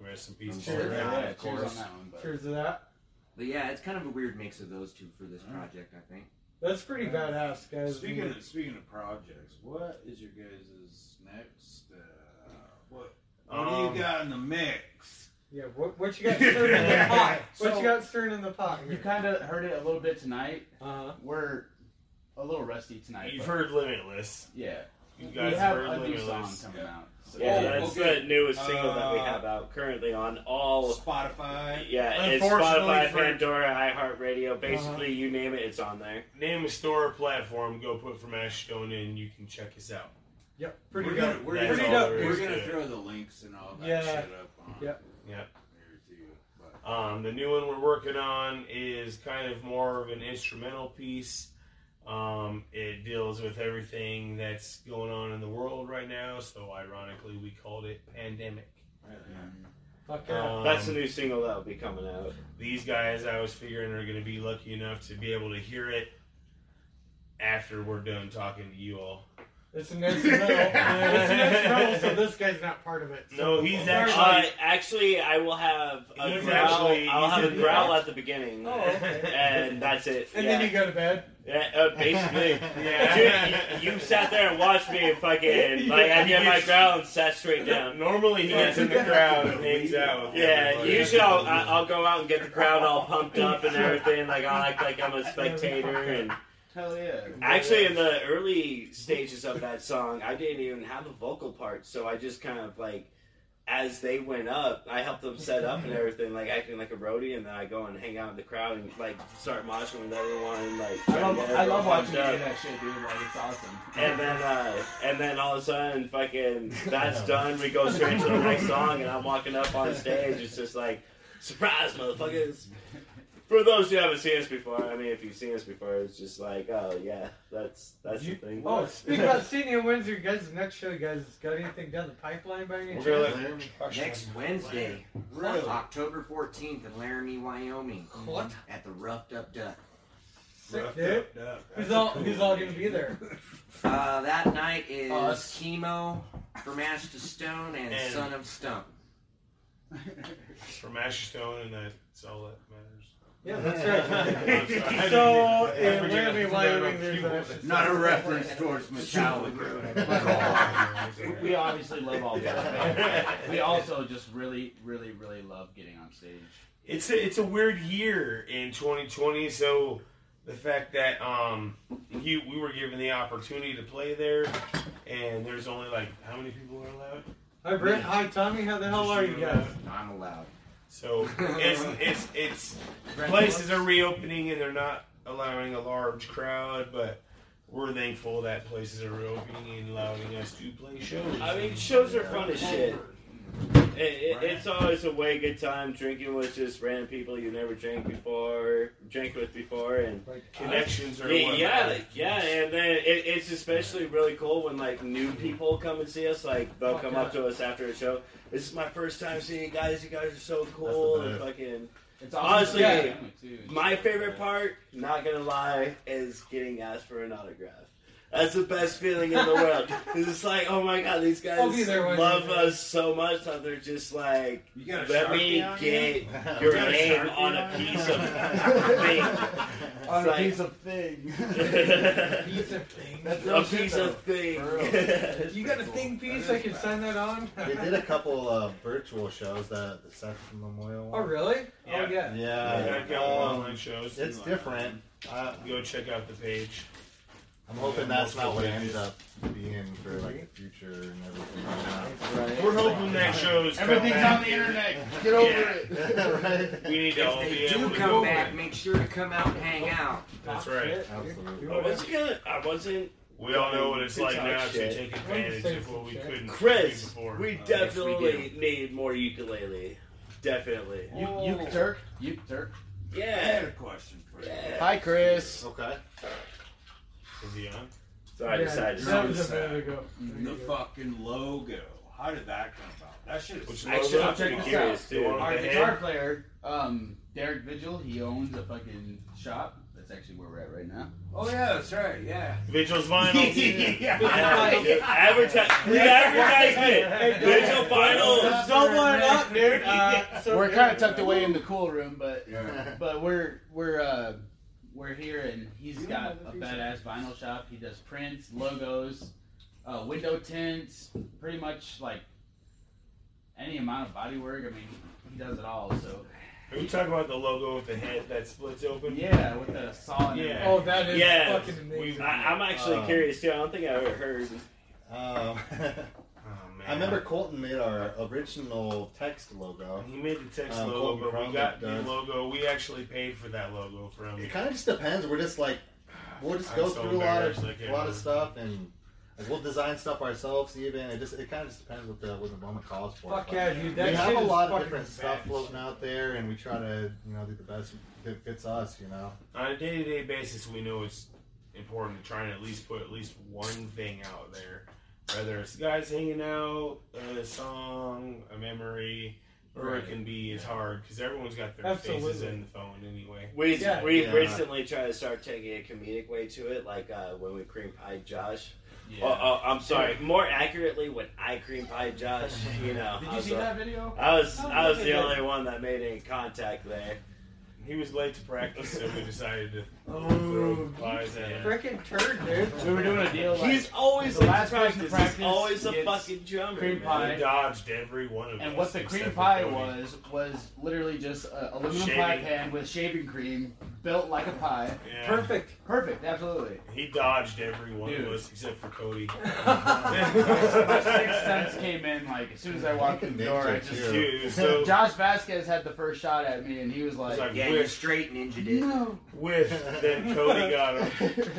[SPEAKER 11] Rest in peace.
[SPEAKER 10] Sure.
[SPEAKER 11] Paul Gray.
[SPEAKER 10] Yeah,
[SPEAKER 7] Yeah,
[SPEAKER 10] of
[SPEAKER 7] cheers
[SPEAKER 10] course.
[SPEAKER 7] on that one. But
[SPEAKER 3] Cheers to that.
[SPEAKER 10] But yeah, it's kind of a weird mix of those two for this project, I think.
[SPEAKER 3] That's pretty badass, guys.
[SPEAKER 6] Speaking of, speaking of projects, what is your guys' next? Uh, what what do
[SPEAKER 11] Um,
[SPEAKER 6] you got in the mix?
[SPEAKER 3] yeah, what, what you got stirring in the pot? What you got stirring in the pot?
[SPEAKER 7] you
[SPEAKER 3] Here?
[SPEAKER 7] kind of heard it a little bit tonight.
[SPEAKER 3] Uh-huh.
[SPEAKER 7] We're a little rusty tonight.
[SPEAKER 11] You've
[SPEAKER 7] but-
[SPEAKER 11] heard Limitless.
[SPEAKER 7] Yeah.
[SPEAKER 11] You
[SPEAKER 7] We
[SPEAKER 11] guys
[SPEAKER 7] have
[SPEAKER 11] heard
[SPEAKER 7] a new song
[SPEAKER 11] Limitless.
[SPEAKER 7] coming out. So
[SPEAKER 9] Yeah,
[SPEAKER 6] Oh,
[SPEAKER 9] that's
[SPEAKER 6] okay.
[SPEAKER 9] the newest single that we
[SPEAKER 6] Uh,
[SPEAKER 9] have out currently on all.
[SPEAKER 6] Spotify.
[SPEAKER 9] Yeah, it's
[SPEAKER 6] Unfortunately
[SPEAKER 9] Spotify,
[SPEAKER 6] for-
[SPEAKER 9] Pandora, iHeartRadio. Basically,
[SPEAKER 7] Uh-huh.
[SPEAKER 9] you name it, it's on there.
[SPEAKER 11] Name a store or platform. Go put from Ash Stone in. You can check us out.
[SPEAKER 3] Yep. Pretty
[SPEAKER 6] we're
[SPEAKER 3] good.
[SPEAKER 6] gonna, we're
[SPEAKER 11] That's
[SPEAKER 6] gonna,
[SPEAKER 3] all there
[SPEAKER 6] we're
[SPEAKER 11] is
[SPEAKER 6] gonna
[SPEAKER 11] to it.
[SPEAKER 6] throw the links and all that
[SPEAKER 3] Yeah.
[SPEAKER 6] shit up on
[SPEAKER 3] Yep.
[SPEAKER 11] Yep.
[SPEAKER 6] there too. But
[SPEAKER 11] Um, the new one we're working on is kind of more of an instrumental piece. Um, it deals with everything that's going on in the world right now. So, ironically, we called it Pandemic.
[SPEAKER 3] Fuck yeah.
[SPEAKER 11] Um,
[SPEAKER 9] That's the new single that'll be coming out.
[SPEAKER 11] these guys I was figuring are going to be lucky enough to be able to hear it after we're done talking to you all.
[SPEAKER 3] It's an instrumental. it's an instrumental, so this guy's not part of it. So.
[SPEAKER 11] No, he's
[SPEAKER 3] Sorry.
[SPEAKER 11] actually
[SPEAKER 9] Uh, actually, I will have a
[SPEAKER 11] He's
[SPEAKER 9] growl.
[SPEAKER 11] actually-
[SPEAKER 9] I'll
[SPEAKER 11] he's
[SPEAKER 9] have a
[SPEAKER 11] in
[SPEAKER 9] growl
[SPEAKER 11] there.
[SPEAKER 9] at the beginning,
[SPEAKER 3] Oh, okay.
[SPEAKER 9] and that's it.
[SPEAKER 3] And
[SPEAKER 9] yeah.
[SPEAKER 3] then you go to bed.
[SPEAKER 9] yeah, uh, basically,
[SPEAKER 11] Yeah.
[SPEAKER 9] Dude, you, you sat there and watched me fucking like I get my growl and sat straight down.
[SPEAKER 11] normally he gets in the crowd and hangs out. With
[SPEAKER 9] Yeah,
[SPEAKER 11] everybody.
[SPEAKER 9] usually I'll, I- I'll go out and get the crowd all pumped up and everything. Like I act like I'm a spectator. And
[SPEAKER 7] Hell yeah.
[SPEAKER 9] actually, in the early stages of that song, I didn't even have a vocal part, so I just kind of like, as they went up, I helped them set up and everything, like acting like a roadie, and then I go and hang out in the crowd and like start moshing with everyone. And, like
[SPEAKER 7] I
[SPEAKER 9] trying to
[SPEAKER 7] love,
[SPEAKER 9] get
[SPEAKER 7] I
[SPEAKER 9] everyone
[SPEAKER 7] love watching
[SPEAKER 9] pumped
[SPEAKER 7] you do
[SPEAKER 9] up.
[SPEAKER 7] that shit, dude. Like, it's awesome.
[SPEAKER 9] And then, uh, and then all of a sudden, fucking, that's done. We go straight to the next song, and I'm walking up on stage. It's just like, surprise, motherfuckers. For those who haven't seen us before, I mean, if you've seen us before, it's just like, oh yeah, that's that's
[SPEAKER 3] You-
[SPEAKER 9] the thing.
[SPEAKER 3] Oh, speaking about senior Windsor, you guys, next show, you guys got anything down the pipeline by any
[SPEAKER 11] We're
[SPEAKER 3] chance?
[SPEAKER 11] gonna
[SPEAKER 8] Yeah.
[SPEAKER 11] let-
[SPEAKER 10] Next Wednesday,
[SPEAKER 6] Really?
[SPEAKER 10] October 14th in Laramie, Wyoming,
[SPEAKER 3] What?
[SPEAKER 10] at the Roughed Up Duck.
[SPEAKER 3] Sick,
[SPEAKER 6] roughed
[SPEAKER 3] dude.
[SPEAKER 6] up duck.
[SPEAKER 3] Who's
[SPEAKER 6] That's a
[SPEAKER 3] all,
[SPEAKER 6] cool
[SPEAKER 3] who's all
[SPEAKER 6] name.
[SPEAKER 3] gonna be there?
[SPEAKER 10] Uh, that night is
[SPEAKER 7] Us.
[SPEAKER 10] Chemo from Ash to Stone and,
[SPEAKER 11] Oh, And-
[SPEAKER 10] Son of Stump.
[SPEAKER 11] from Asher Stone, and that's all that matters.
[SPEAKER 3] Yeah, that's
[SPEAKER 11] I'm sorry.
[SPEAKER 3] right. so,
[SPEAKER 11] I
[SPEAKER 3] in
[SPEAKER 11] forget
[SPEAKER 3] Laramie,
[SPEAKER 11] if I'm
[SPEAKER 3] Wyoming,
[SPEAKER 11] on
[SPEAKER 3] there's
[SPEAKER 11] cue.
[SPEAKER 3] a.
[SPEAKER 6] Not a reference towards Metallica.
[SPEAKER 7] We- we obviously love all that. we also just really, really, really love getting on stage.
[SPEAKER 11] it's a, it's a weird year in 2020. So the fact that um you we were given the opportunity to play there, and there's only like how many people are allowed?
[SPEAKER 3] Hi, Brent. Hi, Tommy. How the hell are you
[SPEAKER 11] uh,
[SPEAKER 3] guys?
[SPEAKER 10] I'm allowed.
[SPEAKER 11] So it's it's it's places are reopening and they're not allowing a large crowd, but we're thankful that places are reopening and allowing us to play shows.
[SPEAKER 9] I mean, shows are fun as shit. It, it, it's always a way good time drinking with just random people you never drank before, drank with before, and
[SPEAKER 3] Oh,
[SPEAKER 11] Connections are
[SPEAKER 9] yeah,
[SPEAKER 11] what
[SPEAKER 9] yeah,
[SPEAKER 11] matters.
[SPEAKER 9] like, yeah, and then it, it's especially really cool when like new people come and see us. Like they'll
[SPEAKER 3] Fuck
[SPEAKER 9] come
[SPEAKER 3] yeah.
[SPEAKER 9] up to us after a show. This is my first time seeing you guys. You guys are so cool. And
[SPEAKER 8] best.
[SPEAKER 9] fucking
[SPEAKER 7] It's
[SPEAKER 9] honestly,
[SPEAKER 3] Yeah.
[SPEAKER 9] my favorite part, not gonna lie, is getting asked for an autograph. That's the best feeling in the world. It's just like, oh my god, these guys
[SPEAKER 3] I'll be there one
[SPEAKER 9] love
[SPEAKER 3] day.
[SPEAKER 9] us so much that they're just like,
[SPEAKER 6] You got a
[SPEAKER 9] let
[SPEAKER 6] Sharpie
[SPEAKER 9] me
[SPEAKER 6] on you?
[SPEAKER 9] get your
[SPEAKER 6] got a
[SPEAKER 9] name
[SPEAKER 6] Sharpie
[SPEAKER 9] on
[SPEAKER 6] on
[SPEAKER 9] a
[SPEAKER 6] you?
[SPEAKER 9] piece of thing.
[SPEAKER 7] on
[SPEAKER 9] It's like-
[SPEAKER 7] a piece of thing.
[SPEAKER 3] Piece of thing.
[SPEAKER 7] That's
[SPEAKER 9] a
[SPEAKER 7] real Oh, shit,
[SPEAKER 9] piece
[SPEAKER 7] though.
[SPEAKER 9] of thing.
[SPEAKER 7] For real.
[SPEAKER 3] You got a thing piece? I can sign that on.
[SPEAKER 8] They did a couple of virtual shows that the Saxon Memorial.
[SPEAKER 3] Oh really?
[SPEAKER 11] Yeah.
[SPEAKER 3] Oh yeah.
[SPEAKER 8] Yeah,
[SPEAKER 11] I got
[SPEAKER 8] um,
[SPEAKER 11] online shows.
[SPEAKER 8] it's different. I,
[SPEAKER 11] Uh, Go check out the page.
[SPEAKER 8] I'm hoping that's not what it ends up being for like the future and everything.
[SPEAKER 11] We're hoping that shows come
[SPEAKER 5] Everything's
[SPEAKER 11] back.
[SPEAKER 5] on the internet. Get over
[SPEAKER 11] Yeah.
[SPEAKER 5] it.
[SPEAKER 8] right?
[SPEAKER 11] We need to all be
[SPEAKER 10] If they
[SPEAKER 11] able
[SPEAKER 10] do
[SPEAKER 11] to
[SPEAKER 10] come
[SPEAKER 11] Oh, go
[SPEAKER 10] back,
[SPEAKER 11] there.
[SPEAKER 10] make sure to come out and hang out.
[SPEAKER 11] That's right.
[SPEAKER 8] Absolutely.
[SPEAKER 9] I wasn't gonna. I wasn't.
[SPEAKER 11] We all know what it's like
[SPEAKER 9] Talk
[SPEAKER 11] now
[SPEAKER 9] shit.
[SPEAKER 11] to take advantage of what we couldn't do
[SPEAKER 9] Chris,
[SPEAKER 11] before.
[SPEAKER 9] we
[SPEAKER 11] Uh,
[SPEAKER 9] definitely need more ukulele. Definitely.
[SPEAKER 7] You, you
[SPEAKER 9] Oh.
[SPEAKER 7] Turk. You Turk.
[SPEAKER 6] I had
[SPEAKER 9] Yeah.
[SPEAKER 6] a question for you.
[SPEAKER 9] Yeah.
[SPEAKER 5] Hi, Chris.
[SPEAKER 8] Okay.
[SPEAKER 11] is he on?
[SPEAKER 9] So I decided.
[SPEAKER 6] Yeah.
[SPEAKER 3] That was a minute ago.
[SPEAKER 6] The fucking logo. How did that come about? That shit
[SPEAKER 11] Which
[SPEAKER 6] is.
[SPEAKER 9] Actually, I'm
[SPEAKER 11] logo?
[SPEAKER 9] pretty
[SPEAKER 11] Check this
[SPEAKER 9] curious,
[SPEAKER 11] out.
[SPEAKER 9] dude.
[SPEAKER 11] The one
[SPEAKER 7] Our
[SPEAKER 11] with the
[SPEAKER 7] guitar
[SPEAKER 11] head?
[SPEAKER 7] player, um, Derek Vigil, he owns a fucking shop. That's actually where we're at right now.
[SPEAKER 6] Oh yeah, that's right. Yeah.
[SPEAKER 11] Vigil's vinyl.
[SPEAKER 9] Yeah, dude, advertise, free advertisement. Vigil finals.
[SPEAKER 3] Doubling up, dude. Uh, so
[SPEAKER 7] we're kind of tucked away in the cool room, but
[SPEAKER 6] Yeah.
[SPEAKER 7] but we're we're uh, we're here, and he's
[SPEAKER 6] You
[SPEAKER 7] got
[SPEAKER 6] don't
[SPEAKER 7] a
[SPEAKER 6] have a
[SPEAKER 7] badass vinyl shop. He does prints, logos, uh, window tints, pretty much like any amount of body work. I mean, he does it all. So
[SPEAKER 11] Are you talking about the logo with the head that splits open?
[SPEAKER 7] yeah, with the saw. And
[SPEAKER 11] Yeah.
[SPEAKER 7] everything.
[SPEAKER 3] Oh, that is
[SPEAKER 9] Yeah.
[SPEAKER 3] fucking amazing.
[SPEAKER 9] I, I'm actually
[SPEAKER 7] uh,
[SPEAKER 8] Um,
[SPEAKER 9] curious too. I don't think I ever heard.
[SPEAKER 8] Um,
[SPEAKER 11] Oh man.
[SPEAKER 8] I remember Colton made our original text logo.
[SPEAKER 11] He made the text
[SPEAKER 8] Um, Colton
[SPEAKER 11] logo, but we
[SPEAKER 8] Crumley
[SPEAKER 11] got the
[SPEAKER 8] does.
[SPEAKER 11] logo. We actually paid for that logo from.
[SPEAKER 8] It kind of just depends. We're just like we'll just
[SPEAKER 11] Mm-hmm. I'm
[SPEAKER 8] go
[SPEAKER 11] so
[SPEAKER 8] through a lot of
[SPEAKER 11] embarrassed, I can't
[SPEAKER 8] a lot of
[SPEAKER 11] remember.
[SPEAKER 8] stuff and. like, We'll design stuff ourselves, even. It just it kind of just depends what the what the moment calls for.
[SPEAKER 3] Fuck
[SPEAKER 8] But
[SPEAKER 3] yeah, dude. That
[SPEAKER 8] we have
[SPEAKER 3] shit
[SPEAKER 8] a
[SPEAKER 3] is
[SPEAKER 8] lot of
[SPEAKER 3] fucking
[SPEAKER 8] different stuff floating out there, and we try to you know do the best that fits us. You know,
[SPEAKER 11] On a day-to-day basis, we know it's important to try and at least put at least one thing out there, whether it's guys hanging out, a song, a memory, or it can be it's hard because everyone's got their faces
[SPEAKER 3] Absolutely.
[SPEAKER 11] in the phone anyway.
[SPEAKER 9] We
[SPEAKER 3] Yeah.
[SPEAKER 9] we
[SPEAKER 8] Yeah.
[SPEAKER 9] recently tried to start taking a comedic way to it, like uh, when we cream pied Josh.
[SPEAKER 7] yeah.
[SPEAKER 9] Oh, oh, I'm sorry. More accurately, when I cream pied Josh, you know,
[SPEAKER 7] Did
[SPEAKER 9] I
[SPEAKER 7] you
[SPEAKER 9] was,
[SPEAKER 7] see
[SPEAKER 9] the-
[SPEAKER 7] that video?
[SPEAKER 9] I was
[SPEAKER 3] Oh,
[SPEAKER 9] I was
[SPEAKER 3] look
[SPEAKER 9] the
[SPEAKER 3] at that.
[SPEAKER 9] only one that made any contact there.
[SPEAKER 11] He was late to practice, so we decided to throw
[SPEAKER 3] Oh,
[SPEAKER 11] flies at him.
[SPEAKER 3] freaking turd, dude.
[SPEAKER 7] We were doing a deal. Like,
[SPEAKER 9] He's always
[SPEAKER 7] the
[SPEAKER 9] in
[SPEAKER 7] last person to
[SPEAKER 9] practice.
[SPEAKER 7] practice
[SPEAKER 9] He's always a
[SPEAKER 7] gets
[SPEAKER 9] fucking drummer.
[SPEAKER 7] cream
[SPEAKER 9] man.
[SPEAKER 11] I
[SPEAKER 7] pie.
[SPEAKER 11] dodged every one of
[SPEAKER 7] And
[SPEAKER 11] us
[SPEAKER 7] what the
[SPEAKER 11] except
[SPEAKER 7] cream
[SPEAKER 11] for
[SPEAKER 7] pie
[SPEAKER 11] Cody.
[SPEAKER 7] was was literally just a aluminum
[SPEAKER 11] Shaving.
[SPEAKER 7] pie pan with shaving cream built like a pie.
[SPEAKER 11] Yeah.
[SPEAKER 3] Perfect.
[SPEAKER 7] Perfect, absolutely.
[SPEAKER 11] He dodged every one
[SPEAKER 7] Dude.
[SPEAKER 11] of us except for Cody.
[SPEAKER 7] My sixth sense came in like as soon as I walked in the door. I just
[SPEAKER 8] Ninja,
[SPEAKER 11] Dude, it was so
[SPEAKER 7] Josh Vasquez had the first shot at me, and he was like,
[SPEAKER 11] He's like,
[SPEAKER 10] Yeah, you
[SPEAKER 11] whiff,
[SPEAKER 10] straight ninja did.
[SPEAKER 7] "No."
[SPEAKER 11] whiff. Then Cody got him.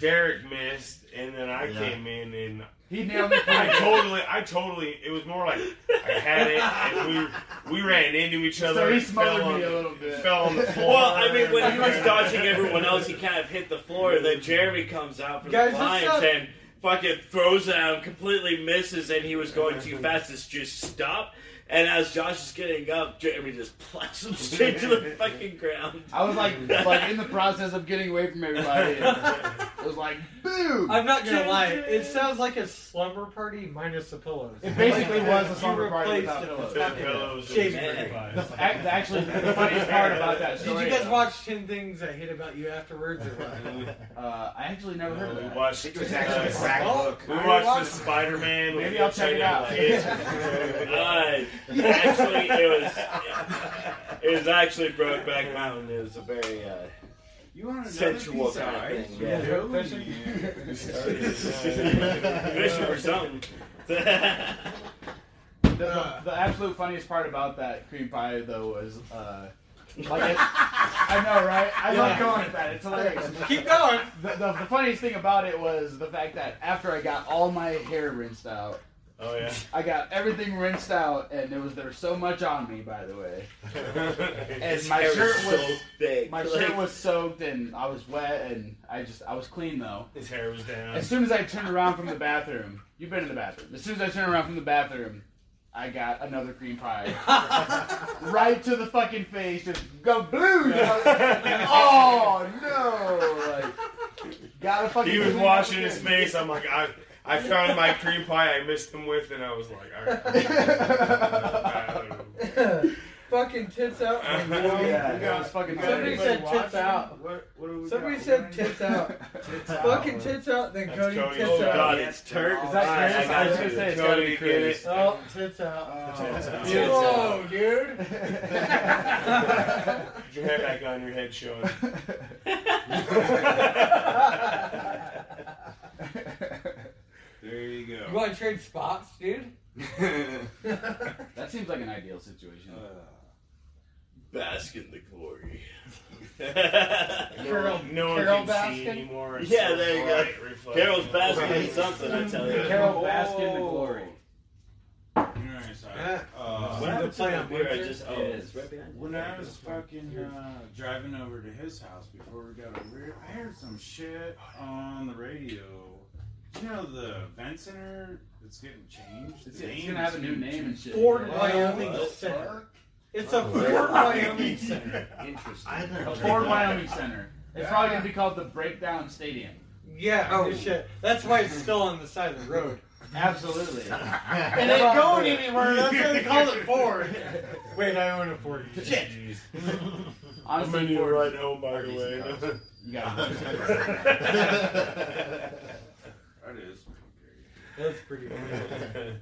[SPEAKER 11] Derek missed, and then I
[SPEAKER 8] Yeah.
[SPEAKER 11] came in and
[SPEAKER 7] he nailed me.
[SPEAKER 11] I totally, I totally. It was more like I had it, and we we ran into each other.
[SPEAKER 7] so he
[SPEAKER 11] and fell
[SPEAKER 7] smothered
[SPEAKER 11] on,
[SPEAKER 7] me a little
[SPEAKER 11] the-
[SPEAKER 7] bit.
[SPEAKER 11] Fell on the floor.
[SPEAKER 9] Well, I mean, when he was dodging everyone else, he kind of hit the floor, and then Jeremy comes out from
[SPEAKER 3] Guys,
[SPEAKER 9] the
[SPEAKER 3] what's
[SPEAKER 9] lines
[SPEAKER 3] up?
[SPEAKER 9] and fucking throws at him, completely misses, and he was going too fast. It's just stop. And as Josh is getting up, Jeremy just plucks him straight to the fucking ground.
[SPEAKER 7] I was like, like in the process of getting away from everybody. and It was like, "Boo!"
[SPEAKER 3] I'm not gonna lie. It sounds like a slumber party minus the pillows.
[SPEAKER 7] It basically
[SPEAKER 3] Like,
[SPEAKER 7] was a
[SPEAKER 3] you
[SPEAKER 7] slumber party
[SPEAKER 3] replaced
[SPEAKER 7] without
[SPEAKER 3] it
[SPEAKER 7] pillows.
[SPEAKER 3] with
[SPEAKER 11] Fell
[SPEAKER 3] fucking-
[SPEAKER 11] pillows,
[SPEAKER 3] Shame.
[SPEAKER 11] and fries.
[SPEAKER 7] The, ac- actually, the funniest part about that
[SPEAKER 3] Did
[SPEAKER 7] story.
[SPEAKER 3] you guys
[SPEAKER 7] though,
[SPEAKER 3] watch Ten Things I Hate About You afterwards or what?
[SPEAKER 7] Uh, I actually never heard of
[SPEAKER 11] We
[SPEAKER 7] that.
[SPEAKER 11] watched.
[SPEAKER 10] It was actually
[SPEAKER 11] uh,
[SPEAKER 10] a crack book.
[SPEAKER 11] we
[SPEAKER 3] I
[SPEAKER 11] watched the
[SPEAKER 3] watched-
[SPEAKER 11] Spider Man.
[SPEAKER 7] Maybe I'll check it out.
[SPEAKER 9] Uh, actually, it was it was actually Brokeback Mountain. It was a very uh,
[SPEAKER 6] You want another
[SPEAKER 9] sensual
[SPEAKER 6] piece of
[SPEAKER 9] kind of
[SPEAKER 6] ice?
[SPEAKER 9] thing. Yeah.
[SPEAKER 6] Oh,
[SPEAKER 3] Fishing?
[SPEAKER 6] yeah.
[SPEAKER 9] Fishing for something.
[SPEAKER 7] The, the absolute funniest part about that cream pie though was, uh, like it, I know, right? I love going at that. It's hilarious.
[SPEAKER 3] Keep going.
[SPEAKER 7] The, the, the funniest thing about it was the fact that after I got all my hair rinsed out,
[SPEAKER 11] Oh yeah.
[SPEAKER 7] I got everything rinsed out, and there was there was so much on me, by the way. And my
[SPEAKER 9] Hair is
[SPEAKER 7] shirt
[SPEAKER 9] so
[SPEAKER 7] was
[SPEAKER 9] thick.
[SPEAKER 7] my
[SPEAKER 9] Like,
[SPEAKER 7] shirt was soaked, and I was wet, and I just I was clean though.
[SPEAKER 11] His hair was down.
[SPEAKER 7] As soon as I turned around from the bathroom, you've been in the bathroom. As soon as I turned around from the bathroom, I got another cream pie right to the fucking face, just go blue. oh no! Like, gotta fucking.
[SPEAKER 11] He was
[SPEAKER 7] clean up
[SPEAKER 11] washing his
[SPEAKER 7] again.
[SPEAKER 11] face. I'm like, I, I found my cream pie. I missed him with, and I was like, all right.
[SPEAKER 3] Fucking tits out. and
[SPEAKER 7] Yeah,
[SPEAKER 3] blow.
[SPEAKER 7] that was fucking.
[SPEAKER 3] Somebody
[SPEAKER 7] hilarious.
[SPEAKER 3] said tits out.
[SPEAKER 6] What, what do we
[SPEAKER 3] Somebody
[SPEAKER 6] got?
[SPEAKER 3] said tits out. Fucking tits out. Then
[SPEAKER 11] That's
[SPEAKER 3] Cody uh,
[SPEAKER 11] Cody.
[SPEAKER 3] tits
[SPEAKER 11] Oh,
[SPEAKER 3] out.
[SPEAKER 9] God,
[SPEAKER 6] Yeah.
[SPEAKER 9] it's turd.
[SPEAKER 7] Is that
[SPEAKER 9] I-
[SPEAKER 7] Chris?
[SPEAKER 9] I
[SPEAKER 7] I was
[SPEAKER 9] got
[SPEAKER 7] gonna
[SPEAKER 9] you.
[SPEAKER 7] say it's gotta
[SPEAKER 11] Totally
[SPEAKER 7] be
[SPEAKER 11] get
[SPEAKER 7] Chris.
[SPEAKER 11] it.
[SPEAKER 3] Oh, tits out.
[SPEAKER 11] Tits
[SPEAKER 3] Whoa,
[SPEAKER 11] out.
[SPEAKER 3] dude.
[SPEAKER 9] Oh.
[SPEAKER 11] Put your hair back on. Your head showing.
[SPEAKER 6] There you
[SPEAKER 3] You
[SPEAKER 6] go.
[SPEAKER 3] want to trade spots, dude?
[SPEAKER 7] that seems like an ideal situation.
[SPEAKER 6] Uh,
[SPEAKER 9] Bask in the glory.
[SPEAKER 3] Carol-
[SPEAKER 11] no one
[SPEAKER 3] Carol
[SPEAKER 11] can see
[SPEAKER 3] Baskin?
[SPEAKER 11] anymore. It's
[SPEAKER 9] Yeah,
[SPEAKER 11] so
[SPEAKER 9] there you go.
[SPEAKER 11] bright, reflecting.
[SPEAKER 9] Carol's basking in something, I
[SPEAKER 3] Uh,
[SPEAKER 9] tell you.
[SPEAKER 3] Oh.
[SPEAKER 7] Carol Baskin the glory.
[SPEAKER 6] Nice. I-
[SPEAKER 3] Yeah.
[SPEAKER 6] uh,
[SPEAKER 9] What happened to
[SPEAKER 3] play
[SPEAKER 9] the
[SPEAKER 3] on
[SPEAKER 9] beer I
[SPEAKER 3] Windsor?
[SPEAKER 9] just
[SPEAKER 6] Yeah,
[SPEAKER 9] oh,
[SPEAKER 6] it's
[SPEAKER 9] it's right behind you.
[SPEAKER 6] When I was fucking uh, driving over to his house before we got over here, I heard some shit on the radio. You know the event center that's getting changed.
[SPEAKER 7] It's,
[SPEAKER 6] The
[SPEAKER 7] it's
[SPEAKER 6] name
[SPEAKER 7] gonna
[SPEAKER 6] is
[SPEAKER 7] have a new
[SPEAKER 6] getting
[SPEAKER 7] name and shit.
[SPEAKER 3] Ford,
[SPEAKER 6] changed.
[SPEAKER 3] Wyoming
[SPEAKER 6] What the
[SPEAKER 3] Center.
[SPEAKER 6] fuck?
[SPEAKER 3] It's a
[SPEAKER 8] Oh,
[SPEAKER 3] Fort
[SPEAKER 8] really?
[SPEAKER 3] Wyoming Center.
[SPEAKER 10] Interesting.
[SPEAKER 8] I've never
[SPEAKER 7] The
[SPEAKER 8] heard
[SPEAKER 7] Ford
[SPEAKER 8] that.
[SPEAKER 7] Wyoming Center. It's probably gonna be called the Breakdown Stadium.
[SPEAKER 3] Yeah,
[SPEAKER 10] Oh.
[SPEAKER 3] oh. shit. That's why it's still on the side of the road.
[SPEAKER 7] Absolutely.
[SPEAKER 3] And ain't going anywhere. That's why they call it Ford. Wait, I own a Ford. Shit.
[SPEAKER 11] Jeez. I'm gonna
[SPEAKER 7] Honestly,
[SPEAKER 11] need a
[SPEAKER 7] Ford,
[SPEAKER 11] ride home, by the
[SPEAKER 7] Ford's
[SPEAKER 11] way.
[SPEAKER 7] decent cars. you got
[SPEAKER 6] That is pretty
[SPEAKER 3] That's pretty funny.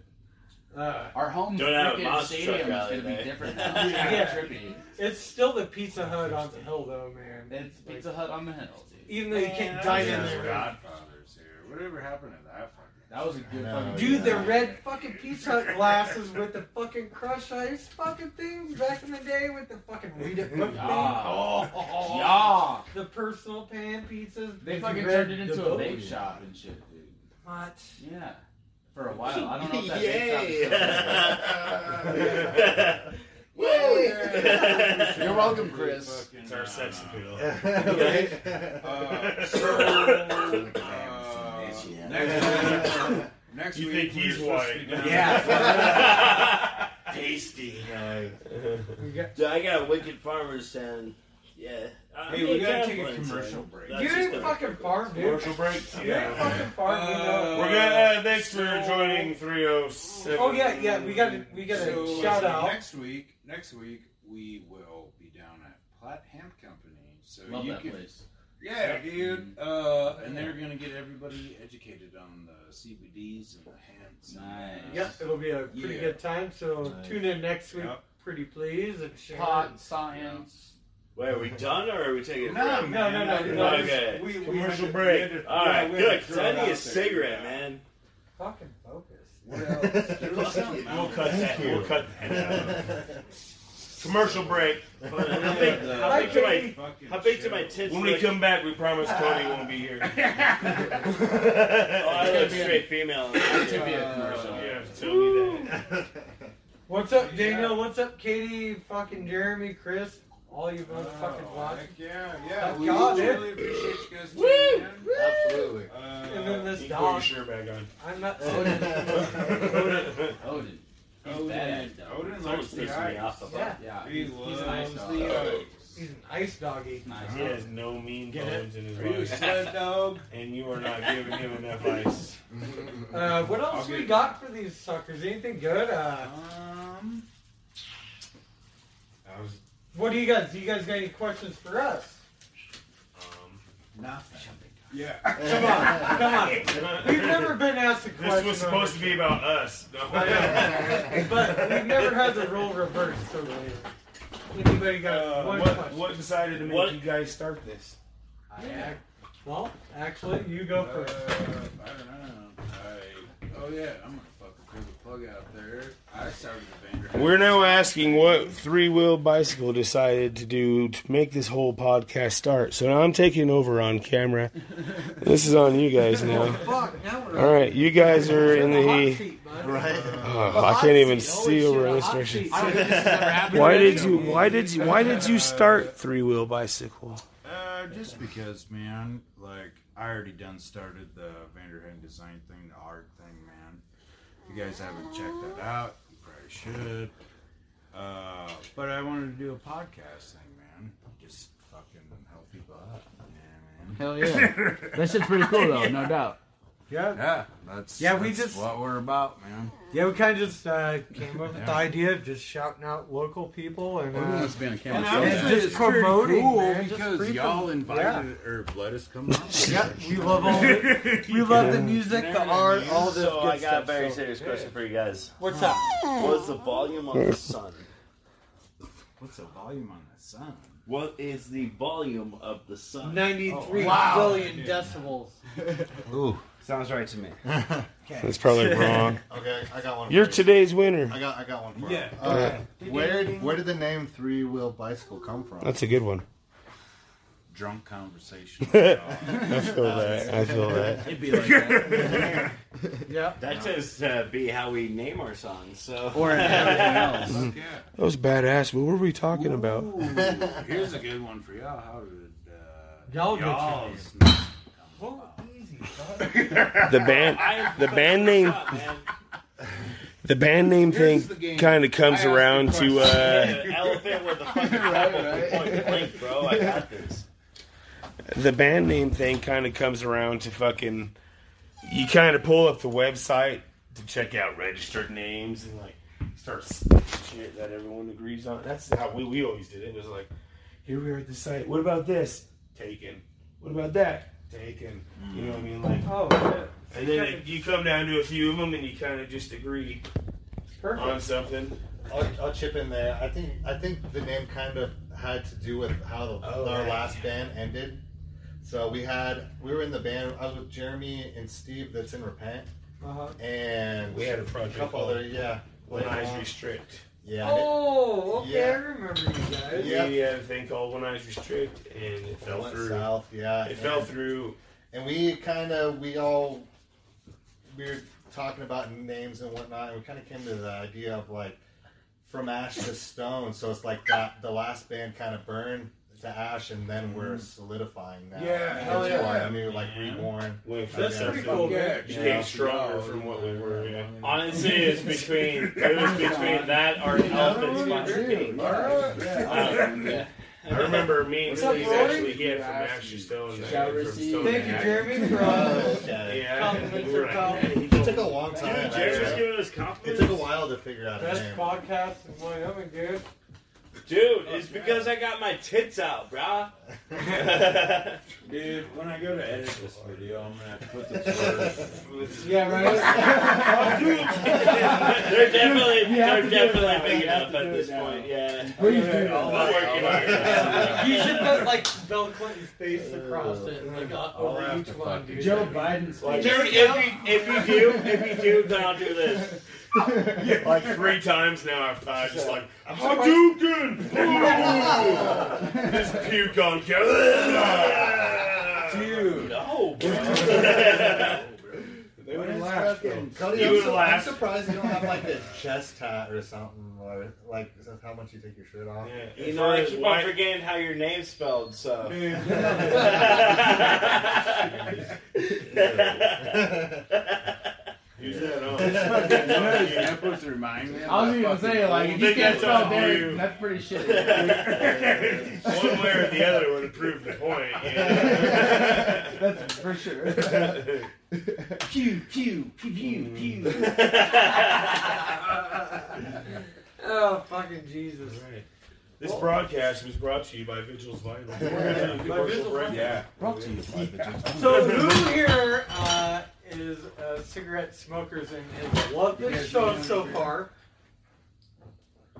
[SPEAKER 3] Uh,
[SPEAKER 7] Our home
[SPEAKER 9] Don't have a
[SPEAKER 7] freaking
[SPEAKER 9] monster
[SPEAKER 7] stadium
[SPEAKER 9] truck
[SPEAKER 7] is
[SPEAKER 9] out
[SPEAKER 7] gonna
[SPEAKER 9] there.
[SPEAKER 7] be different now. It's
[SPEAKER 3] Yeah.
[SPEAKER 7] yeah. trippy.
[SPEAKER 3] it's still the Pizza Hut on the hill, though, man.
[SPEAKER 7] It's Pizza Hut on the hill, dude.
[SPEAKER 3] Even though you
[SPEAKER 6] Man,
[SPEAKER 3] can't
[SPEAKER 6] I
[SPEAKER 3] dine
[SPEAKER 6] was
[SPEAKER 3] in
[SPEAKER 6] just
[SPEAKER 3] there.
[SPEAKER 6] Godfathers here. Whatever happened to that fucking?
[SPEAKER 7] That was a good
[SPEAKER 8] No,
[SPEAKER 7] fucking
[SPEAKER 3] Dude, the
[SPEAKER 8] they're
[SPEAKER 3] red fucking Pizza Hut glasses with the fucking crushed ice fucking things back in the day with the fucking weed at Cook thing. Oh,
[SPEAKER 7] Yeah. Yeah.
[SPEAKER 3] The personal pan pizzas.
[SPEAKER 7] Oh. They
[SPEAKER 3] with
[SPEAKER 7] fucking
[SPEAKER 3] red
[SPEAKER 7] turned it into a
[SPEAKER 3] devote.
[SPEAKER 7] vape shop and shit, dude.
[SPEAKER 3] What?
[SPEAKER 7] Yeah. For a while. I don't know if that
[SPEAKER 9] Yay!
[SPEAKER 7] vape shop
[SPEAKER 9] Woo!
[SPEAKER 7] is still You're welcome, Chris.
[SPEAKER 11] It's our sex appeal.
[SPEAKER 6] Uh, so, uh,
[SPEAKER 10] Yeah.
[SPEAKER 6] next week, next
[SPEAKER 11] You
[SPEAKER 6] week we're
[SPEAKER 11] think he's
[SPEAKER 6] supposed to
[SPEAKER 11] white.
[SPEAKER 6] be doing-
[SPEAKER 9] Tasty.
[SPEAKER 8] Nice.
[SPEAKER 3] We got
[SPEAKER 9] Dude, I got wicked farmers saying, yeah. I
[SPEAKER 6] Hey, we
[SPEAKER 9] mean,
[SPEAKER 6] gotta
[SPEAKER 9] God
[SPEAKER 6] take a
[SPEAKER 9] bless
[SPEAKER 6] commercial
[SPEAKER 9] him.
[SPEAKER 6] break.
[SPEAKER 9] That's
[SPEAKER 3] you
[SPEAKER 9] just
[SPEAKER 3] didn't
[SPEAKER 9] gonna-
[SPEAKER 3] fucking farm, dude.
[SPEAKER 11] Commercial break.
[SPEAKER 3] You didn't
[SPEAKER 11] Yeah.
[SPEAKER 3] fucking farm, you know.
[SPEAKER 11] We're gonna. Uh, thanks for joining 307.
[SPEAKER 3] Oh yeah, yeah. We got to, we got to
[SPEAKER 6] So,
[SPEAKER 3] shout
[SPEAKER 6] so
[SPEAKER 3] out.
[SPEAKER 6] Next week, next week we will be down at Platt Hemp Company. So
[SPEAKER 7] still. Love
[SPEAKER 6] you
[SPEAKER 7] that
[SPEAKER 6] can,
[SPEAKER 7] place. Mm-hmm.
[SPEAKER 6] yeah, dude. Uh, and they're gonna get everybody educated on the CBDs and the hemps.
[SPEAKER 7] Nice.
[SPEAKER 6] And,
[SPEAKER 3] Yep, it'll be a pretty
[SPEAKER 6] Yeah.
[SPEAKER 3] good time. So
[SPEAKER 8] Nice.
[SPEAKER 3] tune in next week,
[SPEAKER 6] Yep.
[SPEAKER 3] pretty please, and share.
[SPEAKER 7] Pot science.
[SPEAKER 9] Wait, are we done or are we taking a
[SPEAKER 6] No,
[SPEAKER 9] break?
[SPEAKER 3] No, no, no, no.
[SPEAKER 9] Okay.
[SPEAKER 3] just- We, we had
[SPEAKER 11] Commercial
[SPEAKER 3] to-
[SPEAKER 11] break.
[SPEAKER 6] we had to-
[SPEAKER 9] All right,
[SPEAKER 6] yeah, we had
[SPEAKER 9] good.
[SPEAKER 6] to
[SPEAKER 9] 'cause
[SPEAKER 6] throw it
[SPEAKER 9] I
[SPEAKER 6] out
[SPEAKER 9] need
[SPEAKER 6] there.
[SPEAKER 9] a cigarette,
[SPEAKER 6] Yeah.
[SPEAKER 9] man.
[SPEAKER 3] Fucking focus.
[SPEAKER 11] We'll cut that.
[SPEAKER 8] Thank you.
[SPEAKER 11] We'll cut that. out. Commercial break.
[SPEAKER 9] How big, how
[SPEAKER 3] Hi,
[SPEAKER 9] big do my
[SPEAKER 3] Katie.
[SPEAKER 9] how big do my tits
[SPEAKER 11] When we
[SPEAKER 9] look?
[SPEAKER 11] come back, we promise Cody won't be here.
[SPEAKER 9] oh, I look straight female.
[SPEAKER 7] It's gonna be a commercial.
[SPEAKER 11] Yeah, tell me that.
[SPEAKER 3] What's up, Daniel? What's up, Katie? Fucking Jeremy, Chris, all you
[SPEAKER 6] Oh,
[SPEAKER 3] fucking watching.
[SPEAKER 6] heck yeah, yeah.
[SPEAKER 3] Thank
[SPEAKER 6] We
[SPEAKER 3] God, dude.
[SPEAKER 6] really appreciate you guys tuning in.
[SPEAKER 8] Absolutely.
[SPEAKER 6] Uh,
[SPEAKER 3] And then this
[SPEAKER 11] You can put your
[SPEAKER 3] dog.
[SPEAKER 11] shirt back on.
[SPEAKER 3] I'm not.
[SPEAKER 7] Odin. He's
[SPEAKER 6] Odin,
[SPEAKER 7] badass, dog.
[SPEAKER 6] Odin
[SPEAKER 9] Someone's
[SPEAKER 6] likes the
[SPEAKER 9] pissing me
[SPEAKER 6] eyes.
[SPEAKER 9] off about
[SPEAKER 3] yeah,
[SPEAKER 7] Yeah.
[SPEAKER 6] He
[SPEAKER 7] he's- he's
[SPEAKER 6] loves
[SPEAKER 7] an ice dog.
[SPEAKER 6] the eyes.
[SPEAKER 3] he's an ice doggy.
[SPEAKER 7] Nice.
[SPEAKER 11] He has no mean
[SPEAKER 3] Get it?
[SPEAKER 11] bones in
[SPEAKER 6] Are you a
[SPEAKER 11] his life,
[SPEAKER 6] sled dog?
[SPEAKER 11] and you are not giving him enough ice.
[SPEAKER 3] Uh, what else
[SPEAKER 6] I'll
[SPEAKER 3] we
[SPEAKER 6] get-
[SPEAKER 3] got for these suckers? Anything good? Uh,
[SPEAKER 6] Um,
[SPEAKER 11] I was,
[SPEAKER 3] what do you guys? Do you guys got any questions for us?
[SPEAKER 11] um,
[SPEAKER 6] yeah.
[SPEAKER 3] Come on, come on. We've
[SPEAKER 11] this
[SPEAKER 3] never been asked a question.
[SPEAKER 11] was
[SPEAKER 3] on
[SPEAKER 11] supposed
[SPEAKER 3] this
[SPEAKER 11] to be about us. No.
[SPEAKER 3] show. but we've never had the role reversed. So really, anybody got
[SPEAKER 11] Uh,
[SPEAKER 3] one
[SPEAKER 11] what,
[SPEAKER 3] question?
[SPEAKER 11] what decided to make
[SPEAKER 9] What-
[SPEAKER 11] you guys start this?
[SPEAKER 3] I ac- well, actually, you go
[SPEAKER 6] Uh,
[SPEAKER 3] first.
[SPEAKER 6] I don't know. I, oh yeah, I'm gonna fucking pull the plug out there. I started the Vanderhoof.
[SPEAKER 11] We're now asking what Three Wheel Bicycle decided to do to make this whole podcast start. So now I'm taking over on camera. This is on you guys now. All right, you guys are in the.
[SPEAKER 8] Right.
[SPEAKER 11] Oh, I can't even see over in this direction. Why did you? Why did you? Why did you start Three Wheel Bicycle?
[SPEAKER 6] Uh, just because, man. Like I already done started the Vanderhoof design thing, the art thing, man. If you guys haven't checked that out, you probably should. Uh, but I wanted to do a podcast thing, man. Just fucking help people out.
[SPEAKER 7] Hell yeah. that shit's pretty cool though, no doubt.
[SPEAKER 3] Yeah.
[SPEAKER 6] Yeah, that's
[SPEAKER 3] Yeah, we
[SPEAKER 6] that's
[SPEAKER 3] just-
[SPEAKER 6] what we're about, man.
[SPEAKER 3] Yeah, we kind of just uh, came up with the
[SPEAKER 6] Yeah.
[SPEAKER 3] idea of just shouting out local people and, uh,
[SPEAKER 6] Everyone's been a
[SPEAKER 3] and,
[SPEAKER 6] candidate.
[SPEAKER 3] and
[SPEAKER 6] Honestly,
[SPEAKER 3] just
[SPEAKER 6] it's pretty
[SPEAKER 3] promoting
[SPEAKER 6] cool
[SPEAKER 3] man, just
[SPEAKER 6] because
[SPEAKER 3] freaking-
[SPEAKER 6] y'all
[SPEAKER 3] yeah.
[SPEAKER 6] invited or let us come. on.
[SPEAKER 3] Yeah, we love all the, we love the music, the art, all this
[SPEAKER 9] So
[SPEAKER 3] good
[SPEAKER 9] I got a
[SPEAKER 3] stuff.
[SPEAKER 9] very
[SPEAKER 3] so-
[SPEAKER 9] serious question for you guys.
[SPEAKER 3] What's up?
[SPEAKER 9] What's the volume on the sun?
[SPEAKER 6] What's the volume on the sun?
[SPEAKER 9] What is the volume of the sun?
[SPEAKER 3] Ninety-three billion
[SPEAKER 9] Wow.
[SPEAKER 3] decibels.
[SPEAKER 8] Ooh.
[SPEAKER 12] Sounds right to me.
[SPEAKER 11] That's probably wrong.
[SPEAKER 8] Okay, I got one.
[SPEAKER 11] You're
[SPEAKER 8] for you.
[SPEAKER 11] today's winner.
[SPEAKER 8] I got I got one for
[SPEAKER 11] Yeah.
[SPEAKER 8] you. Uh,
[SPEAKER 11] Yeah.
[SPEAKER 8] where where did the name three wheel bicycle come from?
[SPEAKER 11] That's a good one.
[SPEAKER 6] Drunk conversation.
[SPEAKER 11] I feel that. I feel that.
[SPEAKER 9] It'd be like that.
[SPEAKER 3] yeah.
[SPEAKER 9] That just uh, be how we name our songs. So
[SPEAKER 12] Or
[SPEAKER 11] Mm. That was badass. What were we talking about?
[SPEAKER 6] Ooh, here's a good one for y'all. How did uh,
[SPEAKER 3] Y'all get
[SPEAKER 6] y'all's
[SPEAKER 11] The band. The band name. The band name thing kind of comes around to. Uh,
[SPEAKER 9] elephant with the fucking apple point blank, bro. I got this.
[SPEAKER 11] the band name thing kind of comes around to fucking you kind of pull up the website to check out registered names and like start shit that everyone agrees on that's how we, we always did it. it was like here we are at the site what about this taken what about that taken you know what i mean like
[SPEAKER 3] oh shit.
[SPEAKER 11] and then like, you come down to a few of them and you kind of just agree
[SPEAKER 3] Uh-huh.
[SPEAKER 11] on something
[SPEAKER 8] I'll, I'll chip in there. I think I think the name kind of had to do with how the,
[SPEAKER 11] Oh,
[SPEAKER 8] our
[SPEAKER 11] right.
[SPEAKER 8] last band ended. So we had we were in the band. I was with Jeremy and Steve. That's in Repent,
[SPEAKER 3] Uh-huh.
[SPEAKER 8] and
[SPEAKER 11] we had a project
[SPEAKER 8] couple
[SPEAKER 11] called
[SPEAKER 8] other yeah.
[SPEAKER 11] when
[SPEAKER 8] Like,
[SPEAKER 11] eyes
[SPEAKER 8] uh,
[SPEAKER 11] restrict
[SPEAKER 8] yeah. and it-
[SPEAKER 3] Oh, okay,
[SPEAKER 8] Yeah.
[SPEAKER 3] I remember you guys.
[SPEAKER 8] Yeah.
[SPEAKER 11] We had a thing called When Eyes Restrict, and it fell
[SPEAKER 8] went
[SPEAKER 11] through.
[SPEAKER 8] south, yeah.
[SPEAKER 11] It fell through.
[SPEAKER 8] And we kind of, we all, we were talking about names and whatnot, and we kind of came to the idea of like, from ash to stone. So it's like that, the last band kind of burned to ash, and then we're solidifying now.
[SPEAKER 6] Mm-hmm. Yeah,
[SPEAKER 8] It's
[SPEAKER 6] hell yeah.
[SPEAKER 8] why, I mean, like reborn.
[SPEAKER 11] Went
[SPEAKER 8] Yeah.
[SPEAKER 11] from
[SPEAKER 8] Yeah.
[SPEAKER 11] something that
[SPEAKER 8] Yeah.
[SPEAKER 11] Became stronger from what we were. Yeah.
[SPEAKER 9] Honestly, it's between it was between that or an elephant's fucking name. Um, yeah.
[SPEAKER 11] I remember me and
[SPEAKER 9] What's up,
[SPEAKER 11] Steve
[SPEAKER 9] Rory?
[SPEAKER 11] actually he had from Ashes Stone. and I had from Stone
[SPEAKER 3] Thank
[SPEAKER 11] and
[SPEAKER 3] you,
[SPEAKER 11] Ash.
[SPEAKER 3] Jeremy, for uh,
[SPEAKER 11] Yeah.
[SPEAKER 3] compliments
[SPEAKER 11] We were
[SPEAKER 3] or
[SPEAKER 11] like,
[SPEAKER 3] compliments.
[SPEAKER 8] It took a long time.
[SPEAKER 11] Jerry was
[SPEAKER 8] actually.
[SPEAKER 11] giving us
[SPEAKER 8] It
[SPEAKER 11] compliments.
[SPEAKER 8] took a while to figure out a
[SPEAKER 3] Best
[SPEAKER 8] name.
[SPEAKER 3] podcast in Wyoming, dude.
[SPEAKER 9] Dude, it's because I got my tits out, brah.
[SPEAKER 6] Dude, when I go to edit this video, I'm gonna have to put the words.
[SPEAKER 3] Yeah, right?
[SPEAKER 9] they're definitely
[SPEAKER 6] You have
[SPEAKER 9] they're
[SPEAKER 6] to do it now.
[SPEAKER 9] definitely big
[SPEAKER 6] You have
[SPEAKER 9] enough
[SPEAKER 6] to
[SPEAKER 9] at
[SPEAKER 6] do it
[SPEAKER 9] this
[SPEAKER 6] now.
[SPEAKER 9] point. Yeah.
[SPEAKER 6] Please do
[SPEAKER 9] I'll
[SPEAKER 6] that.
[SPEAKER 9] work it out.
[SPEAKER 3] you should put like Bill Clinton's face across it, like uh, over each one, dude.
[SPEAKER 6] Joe Biden's
[SPEAKER 9] Like, dude, if you, if you do, if you do, then I'll do this.
[SPEAKER 11] like three times now I've uh, just like I'm
[SPEAKER 9] surprised-
[SPEAKER 11] Hadouken! Just puke on camera.
[SPEAKER 6] Dude,
[SPEAKER 9] no, bro.
[SPEAKER 11] They
[SPEAKER 8] What
[SPEAKER 11] would
[SPEAKER 8] is
[SPEAKER 11] laugh.
[SPEAKER 8] fucking-
[SPEAKER 11] though.
[SPEAKER 8] Cody,
[SPEAKER 11] You
[SPEAKER 8] I'm,
[SPEAKER 11] would
[SPEAKER 8] su- I'm
[SPEAKER 11] laugh.
[SPEAKER 8] surprised you don't have like a chest hat or something, or like is that how much you take your shirt off.
[SPEAKER 9] You know, I keep on forgetting how your name's spelled, so.
[SPEAKER 11] Use that on.
[SPEAKER 6] Examples remind me. of
[SPEAKER 7] I was
[SPEAKER 6] that fucking
[SPEAKER 7] even gonna say, like,
[SPEAKER 6] old-
[SPEAKER 7] if you can't
[SPEAKER 11] that's on
[SPEAKER 7] spell Derek,
[SPEAKER 11] you.
[SPEAKER 7] that's pretty shitty.
[SPEAKER 11] One way or the other would have proved the point. You
[SPEAKER 7] That's for sure.
[SPEAKER 9] Pew, pew, pew, pew, pew.
[SPEAKER 3] Oh, fucking Jesus.
[SPEAKER 11] Right. This broadcast was brought to you by Vigils Vinyl.
[SPEAKER 3] Yeah. By Vigils
[SPEAKER 11] Commercial break.
[SPEAKER 3] Vinyl.
[SPEAKER 11] Yeah.
[SPEAKER 7] Brought to you by
[SPEAKER 3] So who here uh, is uh, cigarette smokers and has loved this show so far?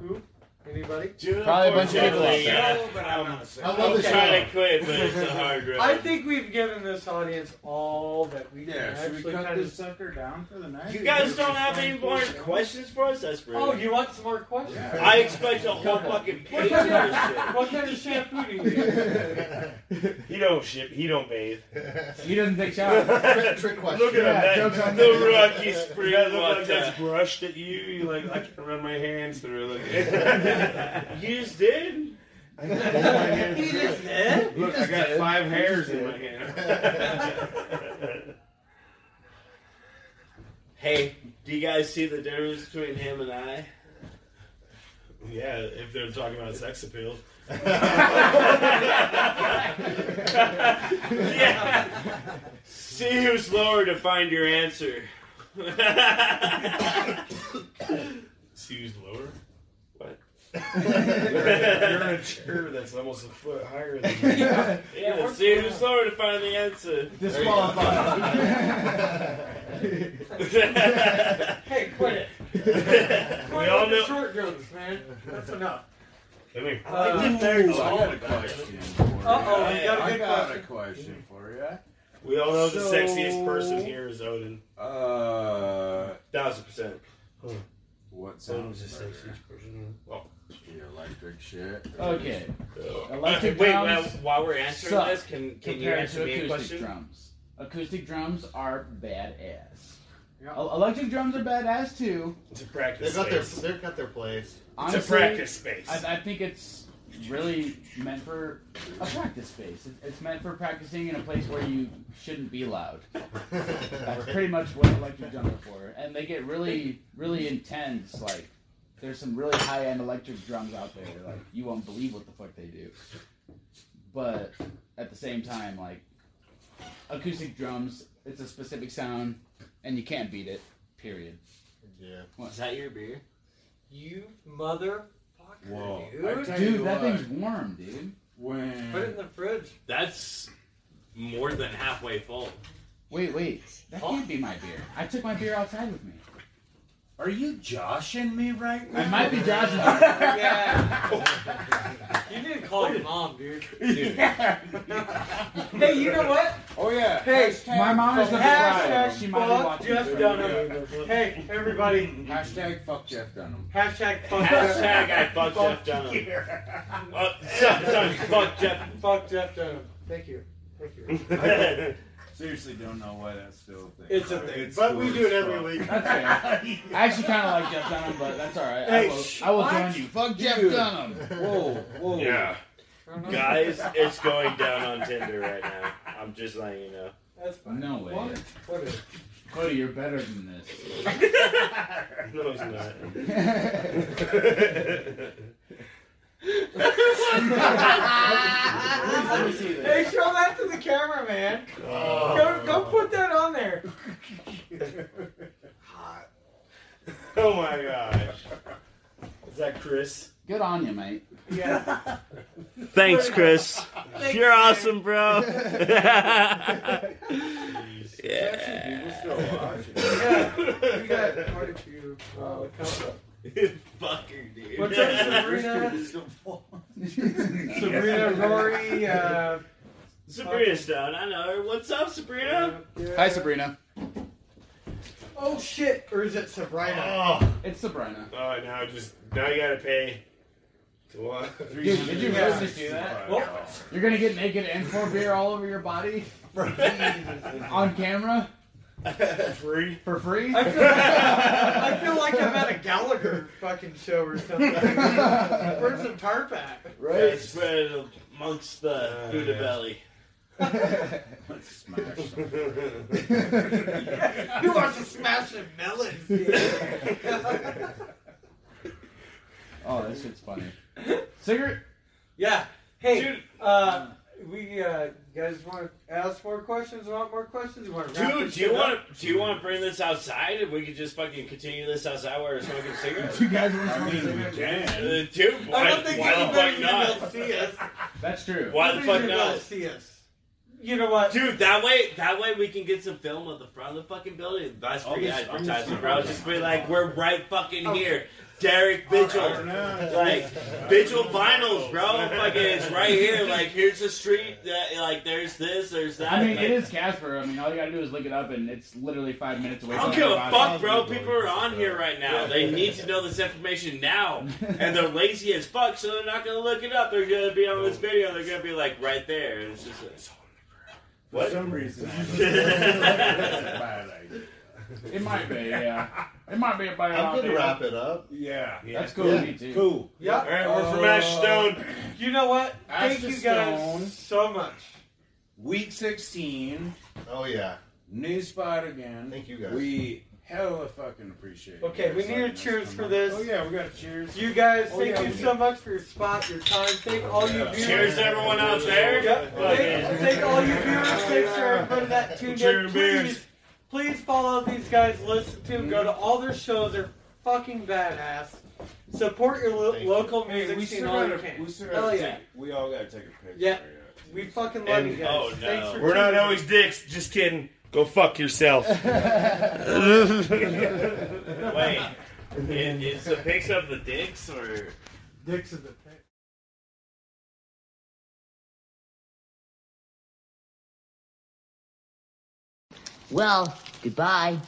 [SPEAKER 3] Who? Anybody?
[SPEAKER 11] Probably a bunch of people like Unfortunately, that.
[SPEAKER 9] yeah. but I'm not saying-
[SPEAKER 3] I love
[SPEAKER 9] I'm
[SPEAKER 3] this
[SPEAKER 9] trying
[SPEAKER 3] show.
[SPEAKER 9] to quit, but it's a hard road.
[SPEAKER 3] I think we've given this audience all that we can
[SPEAKER 6] Yeah, should
[SPEAKER 3] actually
[SPEAKER 6] we cut
[SPEAKER 3] kind of-
[SPEAKER 6] this sucker down for the night?
[SPEAKER 11] You guys don't have any more questions for us? That's
[SPEAKER 3] Oh,
[SPEAKER 11] brilliant.
[SPEAKER 3] you want some more questions?
[SPEAKER 11] I expect a whole fucking
[SPEAKER 3] What
[SPEAKER 11] page
[SPEAKER 3] kind,
[SPEAKER 11] of this
[SPEAKER 3] of, what kind of shampoo do you use?
[SPEAKER 8] He don't ship. He don't bathe.
[SPEAKER 7] He doesn't take
[SPEAKER 8] showers.
[SPEAKER 7] Trick- trick question.
[SPEAKER 8] Look at
[SPEAKER 7] Yeah,
[SPEAKER 8] him.
[SPEAKER 7] jokes
[SPEAKER 8] That,
[SPEAKER 7] on
[SPEAKER 8] the
[SPEAKER 7] you.
[SPEAKER 8] Rocky Spring.
[SPEAKER 9] You guys
[SPEAKER 8] look
[SPEAKER 9] look
[SPEAKER 8] like
[SPEAKER 9] like
[SPEAKER 8] that's
[SPEAKER 9] that.
[SPEAKER 8] brushed at you. You like I can run my hands through
[SPEAKER 9] it.
[SPEAKER 8] it.
[SPEAKER 9] You just did.
[SPEAKER 8] I can run my hands
[SPEAKER 9] He
[SPEAKER 8] through
[SPEAKER 9] just
[SPEAKER 8] it.
[SPEAKER 9] did?
[SPEAKER 8] Look,
[SPEAKER 9] He
[SPEAKER 8] I
[SPEAKER 9] just
[SPEAKER 8] got
[SPEAKER 9] did.
[SPEAKER 8] five
[SPEAKER 9] He
[SPEAKER 8] hairs
[SPEAKER 9] just
[SPEAKER 8] in
[SPEAKER 9] did.
[SPEAKER 8] my hand.
[SPEAKER 11] Hey, do you guys see the difference between him and I?
[SPEAKER 8] Yeah, if they're talking about sex appeal.
[SPEAKER 11] yeah. See who's lower to find your answer.
[SPEAKER 8] See who's lower?
[SPEAKER 11] What?
[SPEAKER 8] You're in a chair that's almost a foot higher than me.
[SPEAKER 11] yeah, see who's lower to find the answer.
[SPEAKER 3] hey, quit
[SPEAKER 8] it.
[SPEAKER 3] we all know. Short jokes, man. That's enough.
[SPEAKER 8] Come here.
[SPEAKER 3] I like the
[SPEAKER 6] I got a question for you.
[SPEAKER 3] third one.
[SPEAKER 11] Oh,
[SPEAKER 3] Uh-oh, we got a
[SPEAKER 6] I
[SPEAKER 3] good
[SPEAKER 6] got
[SPEAKER 3] question. Uh,
[SPEAKER 6] a question for you.
[SPEAKER 8] We all know
[SPEAKER 6] So-
[SPEAKER 8] the sexiest person here is Odin.
[SPEAKER 6] Uh,
[SPEAKER 8] thousand percent.
[SPEAKER 6] What
[SPEAKER 8] Odin's
[SPEAKER 6] sounds
[SPEAKER 8] the
[SPEAKER 6] better?
[SPEAKER 8] sexiest person. Well,
[SPEAKER 6] The electric shit.
[SPEAKER 8] Okay.
[SPEAKER 7] Electric
[SPEAKER 11] uh, Wait,
[SPEAKER 7] drums
[SPEAKER 11] well, while we're answering
[SPEAKER 7] suck
[SPEAKER 11] this, can- can you
[SPEAKER 7] compared
[SPEAKER 11] answer
[SPEAKER 7] to
[SPEAKER 11] me a
[SPEAKER 7] acoustic
[SPEAKER 11] question?
[SPEAKER 7] Drums. Acoustic drums are badass.
[SPEAKER 3] Yeah.
[SPEAKER 7] E- Electric drums are badass too.
[SPEAKER 8] It's a
[SPEAKER 13] They've got their they've got their place.
[SPEAKER 7] Honestly,
[SPEAKER 8] practice space.
[SPEAKER 7] I, I think it's really meant for a practice space. It- It's meant for practicing in a place where you shouldn't be loud. That's pretty much what electric drums are for. And they get really, really intense. Like, there's some really high end electric drums out there. Like, you won't believe what the fuck they do. But at the same time, like, acoustic drums, it's a specific sound, and you can't beat it. Period.
[SPEAKER 13] Yeah.
[SPEAKER 7] What?
[SPEAKER 14] that your beer?
[SPEAKER 3] You motherfucker,
[SPEAKER 6] Whoa. I
[SPEAKER 3] dude.
[SPEAKER 6] tell
[SPEAKER 7] Dude,
[SPEAKER 6] you what,
[SPEAKER 7] that thing's warm, dude.
[SPEAKER 6] When
[SPEAKER 3] Put it in the fridge.
[SPEAKER 11] That's more than halfway full.
[SPEAKER 7] Wait, wait. That can't be my beer. I took my beer outside with me.
[SPEAKER 6] Are you joshing me right now?
[SPEAKER 7] It might be Josh's.
[SPEAKER 3] You need to call your mom, dude.
[SPEAKER 6] Yeah.
[SPEAKER 3] hey, you know what?
[SPEAKER 6] Oh yeah.
[SPEAKER 3] Hey,
[SPEAKER 6] Hashtag
[SPEAKER 7] my mom is
[SPEAKER 6] fuck
[SPEAKER 7] the
[SPEAKER 6] Jeff
[SPEAKER 7] bride.
[SPEAKER 6] Dunham.
[SPEAKER 7] She might be
[SPEAKER 3] Fuck
[SPEAKER 7] watching
[SPEAKER 3] Jeff
[SPEAKER 7] this right
[SPEAKER 3] Dunham. Hey, everybody.
[SPEAKER 6] Hashtag fuck Jeff Dunham.
[SPEAKER 3] Hashtag fuck
[SPEAKER 11] Hashtag I
[SPEAKER 3] Jeff
[SPEAKER 11] fucked Jeff Dunham. Uh, sorry, sorry, fuck Jeff.
[SPEAKER 3] Fuck Jeff Dunham. Thank you. Thank you.
[SPEAKER 6] Seriously, don't know why that's still a thing.
[SPEAKER 3] It's a thing.
[SPEAKER 6] It's
[SPEAKER 13] But we
[SPEAKER 6] cool
[SPEAKER 13] do it
[SPEAKER 6] as
[SPEAKER 13] every
[SPEAKER 6] fuck.
[SPEAKER 13] week.
[SPEAKER 7] That's fair. I actually kind of like Jeff Dunham, but that's all right.
[SPEAKER 6] Hey,
[SPEAKER 7] I will,
[SPEAKER 6] sh-
[SPEAKER 7] I will
[SPEAKER 6] what?
[SPEAKER 7] join you. Fuck Jeff
[SPEAKER 6] Dude.
[SPEAKER 7] Dunham.
[SPEAKER 6] Whoa, whoa.
[SPEAKER 8] Yeah.
[SPEAKER 11] Guys, it's going down on Tinder right now. I'm just letting you know.
[SPEAKER 3] That's fine.
[SPEAKER 7] Oh, No way.
[SPEAKER 3] What? What is
[SPEAKER 7] Cody, you're better than this.
[SPEAKER 8] No, he's not.
[SPEAKER 3] Hey, show that to the camera, man. Go, go put that on there.
[SPEAKER 6] Hot.
[SPEAKER 8] oh my gosh. Is that Chris?
[SPEAKER 7] Good on you, mate.
[SPEAKER 3] Yeah.
[SPEAKER 11] Thanks, Chris.
[SPEAKER 3] Thanks,
[SPEAKER 11] You're
[SPEAKER 3] man.
[SPEAKER 11] awesome, bro.
[SPEAKER 6] Actually, people still watch it.
[SPEAKER 3] We got, we got quite a few. Uh, coming up.
[SPEAKER 11] Fucker, dude.
[SPEAKER 3] What's up, Sabrina? Sabrina, Rory. Uh,
[SPEAKER 11] Sabrina Stone, I know her. What's up, Sabrina?
[SPEAKER 7] Hi, Sabrina.
[SPEAKER 3] Oh shit! Or is it Sabrina?
[SPEAKER 8] Oh,
[SPEAKER 7] It's Sabrina.
[SPEAKER 8] oh now just now you gotta pay to watch.
[SPEAKER 7] Dude, did you really just do that?
[SPEAKER 3] Well,
[SPEAKER 7] You're gonna get naked and pour beer all over your body on camera
[SPEAKER 8] Free?
[SPEAKER 7] for free?
[SPEAKER 3] I feel, like, I feel like I'm at a Gallagher fucking show or something. Where's the tarp at?
[SPEAKER 11] Yeah, spread it amongst the
[SPEAKER 8] Uh,
[SPEAKER 11] Buddha
[SPEAKER 8] yeah.
[SPEAKER 11] belly.
[SPEAKER 6] Let's smash them.
[SPEAKER 3] Who wants to smash a melon? dude?
[SPEAKER 7] Oh, that shit's funny. Cigarette?
[SPEAKER 3] yeah. Hey,
[SPEAKER 8] Dude.
[SPEAKER 3] uh, we uh, you guys want to ask more questions? Want more questions? You want to
[SPEAKER 11] Dude, do you want to do you want to bring this outside? If we could just fucking continue this outside while we're smoking cigarettes.
[SPEAKER 7] You guys want to
[SPEAKER 6] I
[SPEAKER 7] smoke a
[SPEAKER 6] mean, we
[SPEAKER 7] cigarette?
[SPEAKER 11] Uh,
[SPEAKER 6] can.
[SPEAKER 11] Dude,
[SPEAKER 3] I
[SPEAKER 11] why,
[SPEAKER 3] don't think
[SPEAKER 11] why the
[SPEAKER 3] anybody's
[SPEAKER 11] fuck
[SPEAKER 3] gonna be able to
[SPEAKER 11] not?
[SPEAKER 3] see us.
[SPEAKER 7] That's true.
[SPEAKER 11] Why the
[SPEAKER 3] Nobody's
[SPEAKER 11] fuck
[SPEAKER 3] gonna be able
[SPEAKER 11] not?
[SPEAKER 3] to see us. You know what?
[SPEAKER 11] Dude, that way, that way we can get some film of the front of the fucking building. That's
[SPEAKER 6] I'll
[SPEAKER 11] free
[SPEAKER 6] just- I'll just-
[SPEAKER 11] advertising, bro. Just be like, we're right fucking
[SPEAKER 3] Okay.
[SPEAKER 11] here. Derek Vigil. Like Vigil vinyls, bro. Fucking it's right here. Like here's the street that like there's this, there's that.
[SPEAKER 7] I mean,
[SPEAKER 11] Like,
[SPEAKER 7] it is Casper. I mean, all you gotta do is look it up, and it's literally five minutes away.
[SPEAKER 11] I don't give a fuck, bro. People are on here right now. They need to know this information now, and they're lazy as fuck, so they're not gonna look it up. They're gonna be on this video. They're gonna be like right there. And It's just like,
[SPEAKER 6] For some reason.
[SPEAKER 7] It might be, yeah. It might be a bad
[SPEAKER 8] I'm
[SPEAKER 7] idea.
[SPEAKER 8] gonna wrap it up.
[SPEAKER 15] Yeah,
[SPEAKER 7] that's cool.
[SPEAKER 8] Yeah.
[SPEAKER 7] Me too.
[SPEAKER 15] Cool.
[SPEAKER 3] Yeah.
[SPEAKER 15] All right, we're from Ash Stone.
[SPEAKER 3] You know what?
[SPEAKER 15] Ash
[SPEAKER 3] Thank you guys
[SPEAKER 6] Stone.
[SPEAKER 3] so much.
[SPEAKER 6] Week 16.
[SPEAKER 8] Oh yeah.
[SPEAKER 6] New spot again.
[SPEAKER 8] Thank you guys.
[SPEAKER 6] We hella fucking appreciate it.
[SPEAKER 3] Okay, we need a cheers for this.
[SPEAKER 6] Oh, yeah, we got a cheers.
[SPEAKER 3] You guys,
[SPEAKER 6] Oh,
[SPEAKER 3] thank
[SPEAKER 6] yeah,
[SPEAKER 3] you
[SPEAKER 6] we
[SPEAKER 3] so much for your spot, your time. Thank all you
[SPEAKER 6] Yeah.
[SPEAKER 3] viewers.
[SPEAKER 11] Cheers to everyone out there.
[SPEAKER 3] Yep.
[SPEAKER 11] Fucking-
[SPEAKER 3] Thank, thank all you viewers. Thanks to everybody that tuned in.
[SPEAKER 11] Cheers, man.
[SPEAKER 3] Please, please follow these guys. Listen to them. Go to all their shows. They're fucking badass. Support your lo- local music
[SPEAKER 6] Hey, we
[SPEAKER 3] scene
[SPEAKER 6] still
[SPEAKER 3] all
[SPEAKER 6] got
[SPEAKER 3] you
[SPEAKER 6] a,
[SPEAKER 3] can.
[SPEAKER 6] we still
[SPEAKER 3] Hell
[SPEAKER 6] got
[SPEAKER 3] yeah.
[SPEAKER 6] we all got to take a picture.
[SPEAKER 3] Yeah. We fucking love you guys. Thanks for
[SPEAKER 15] We're not
[SPEAKER 3] tuning in.
[SPEAKER 15] always dicks. Just kidding. Go fuck yourself.
[SPEAKER 11] Wait, is, is the pics of the dicks or?
[SPEAKER 3] Dicks of the pit.
[SPEAKER 1] Well, goodbye.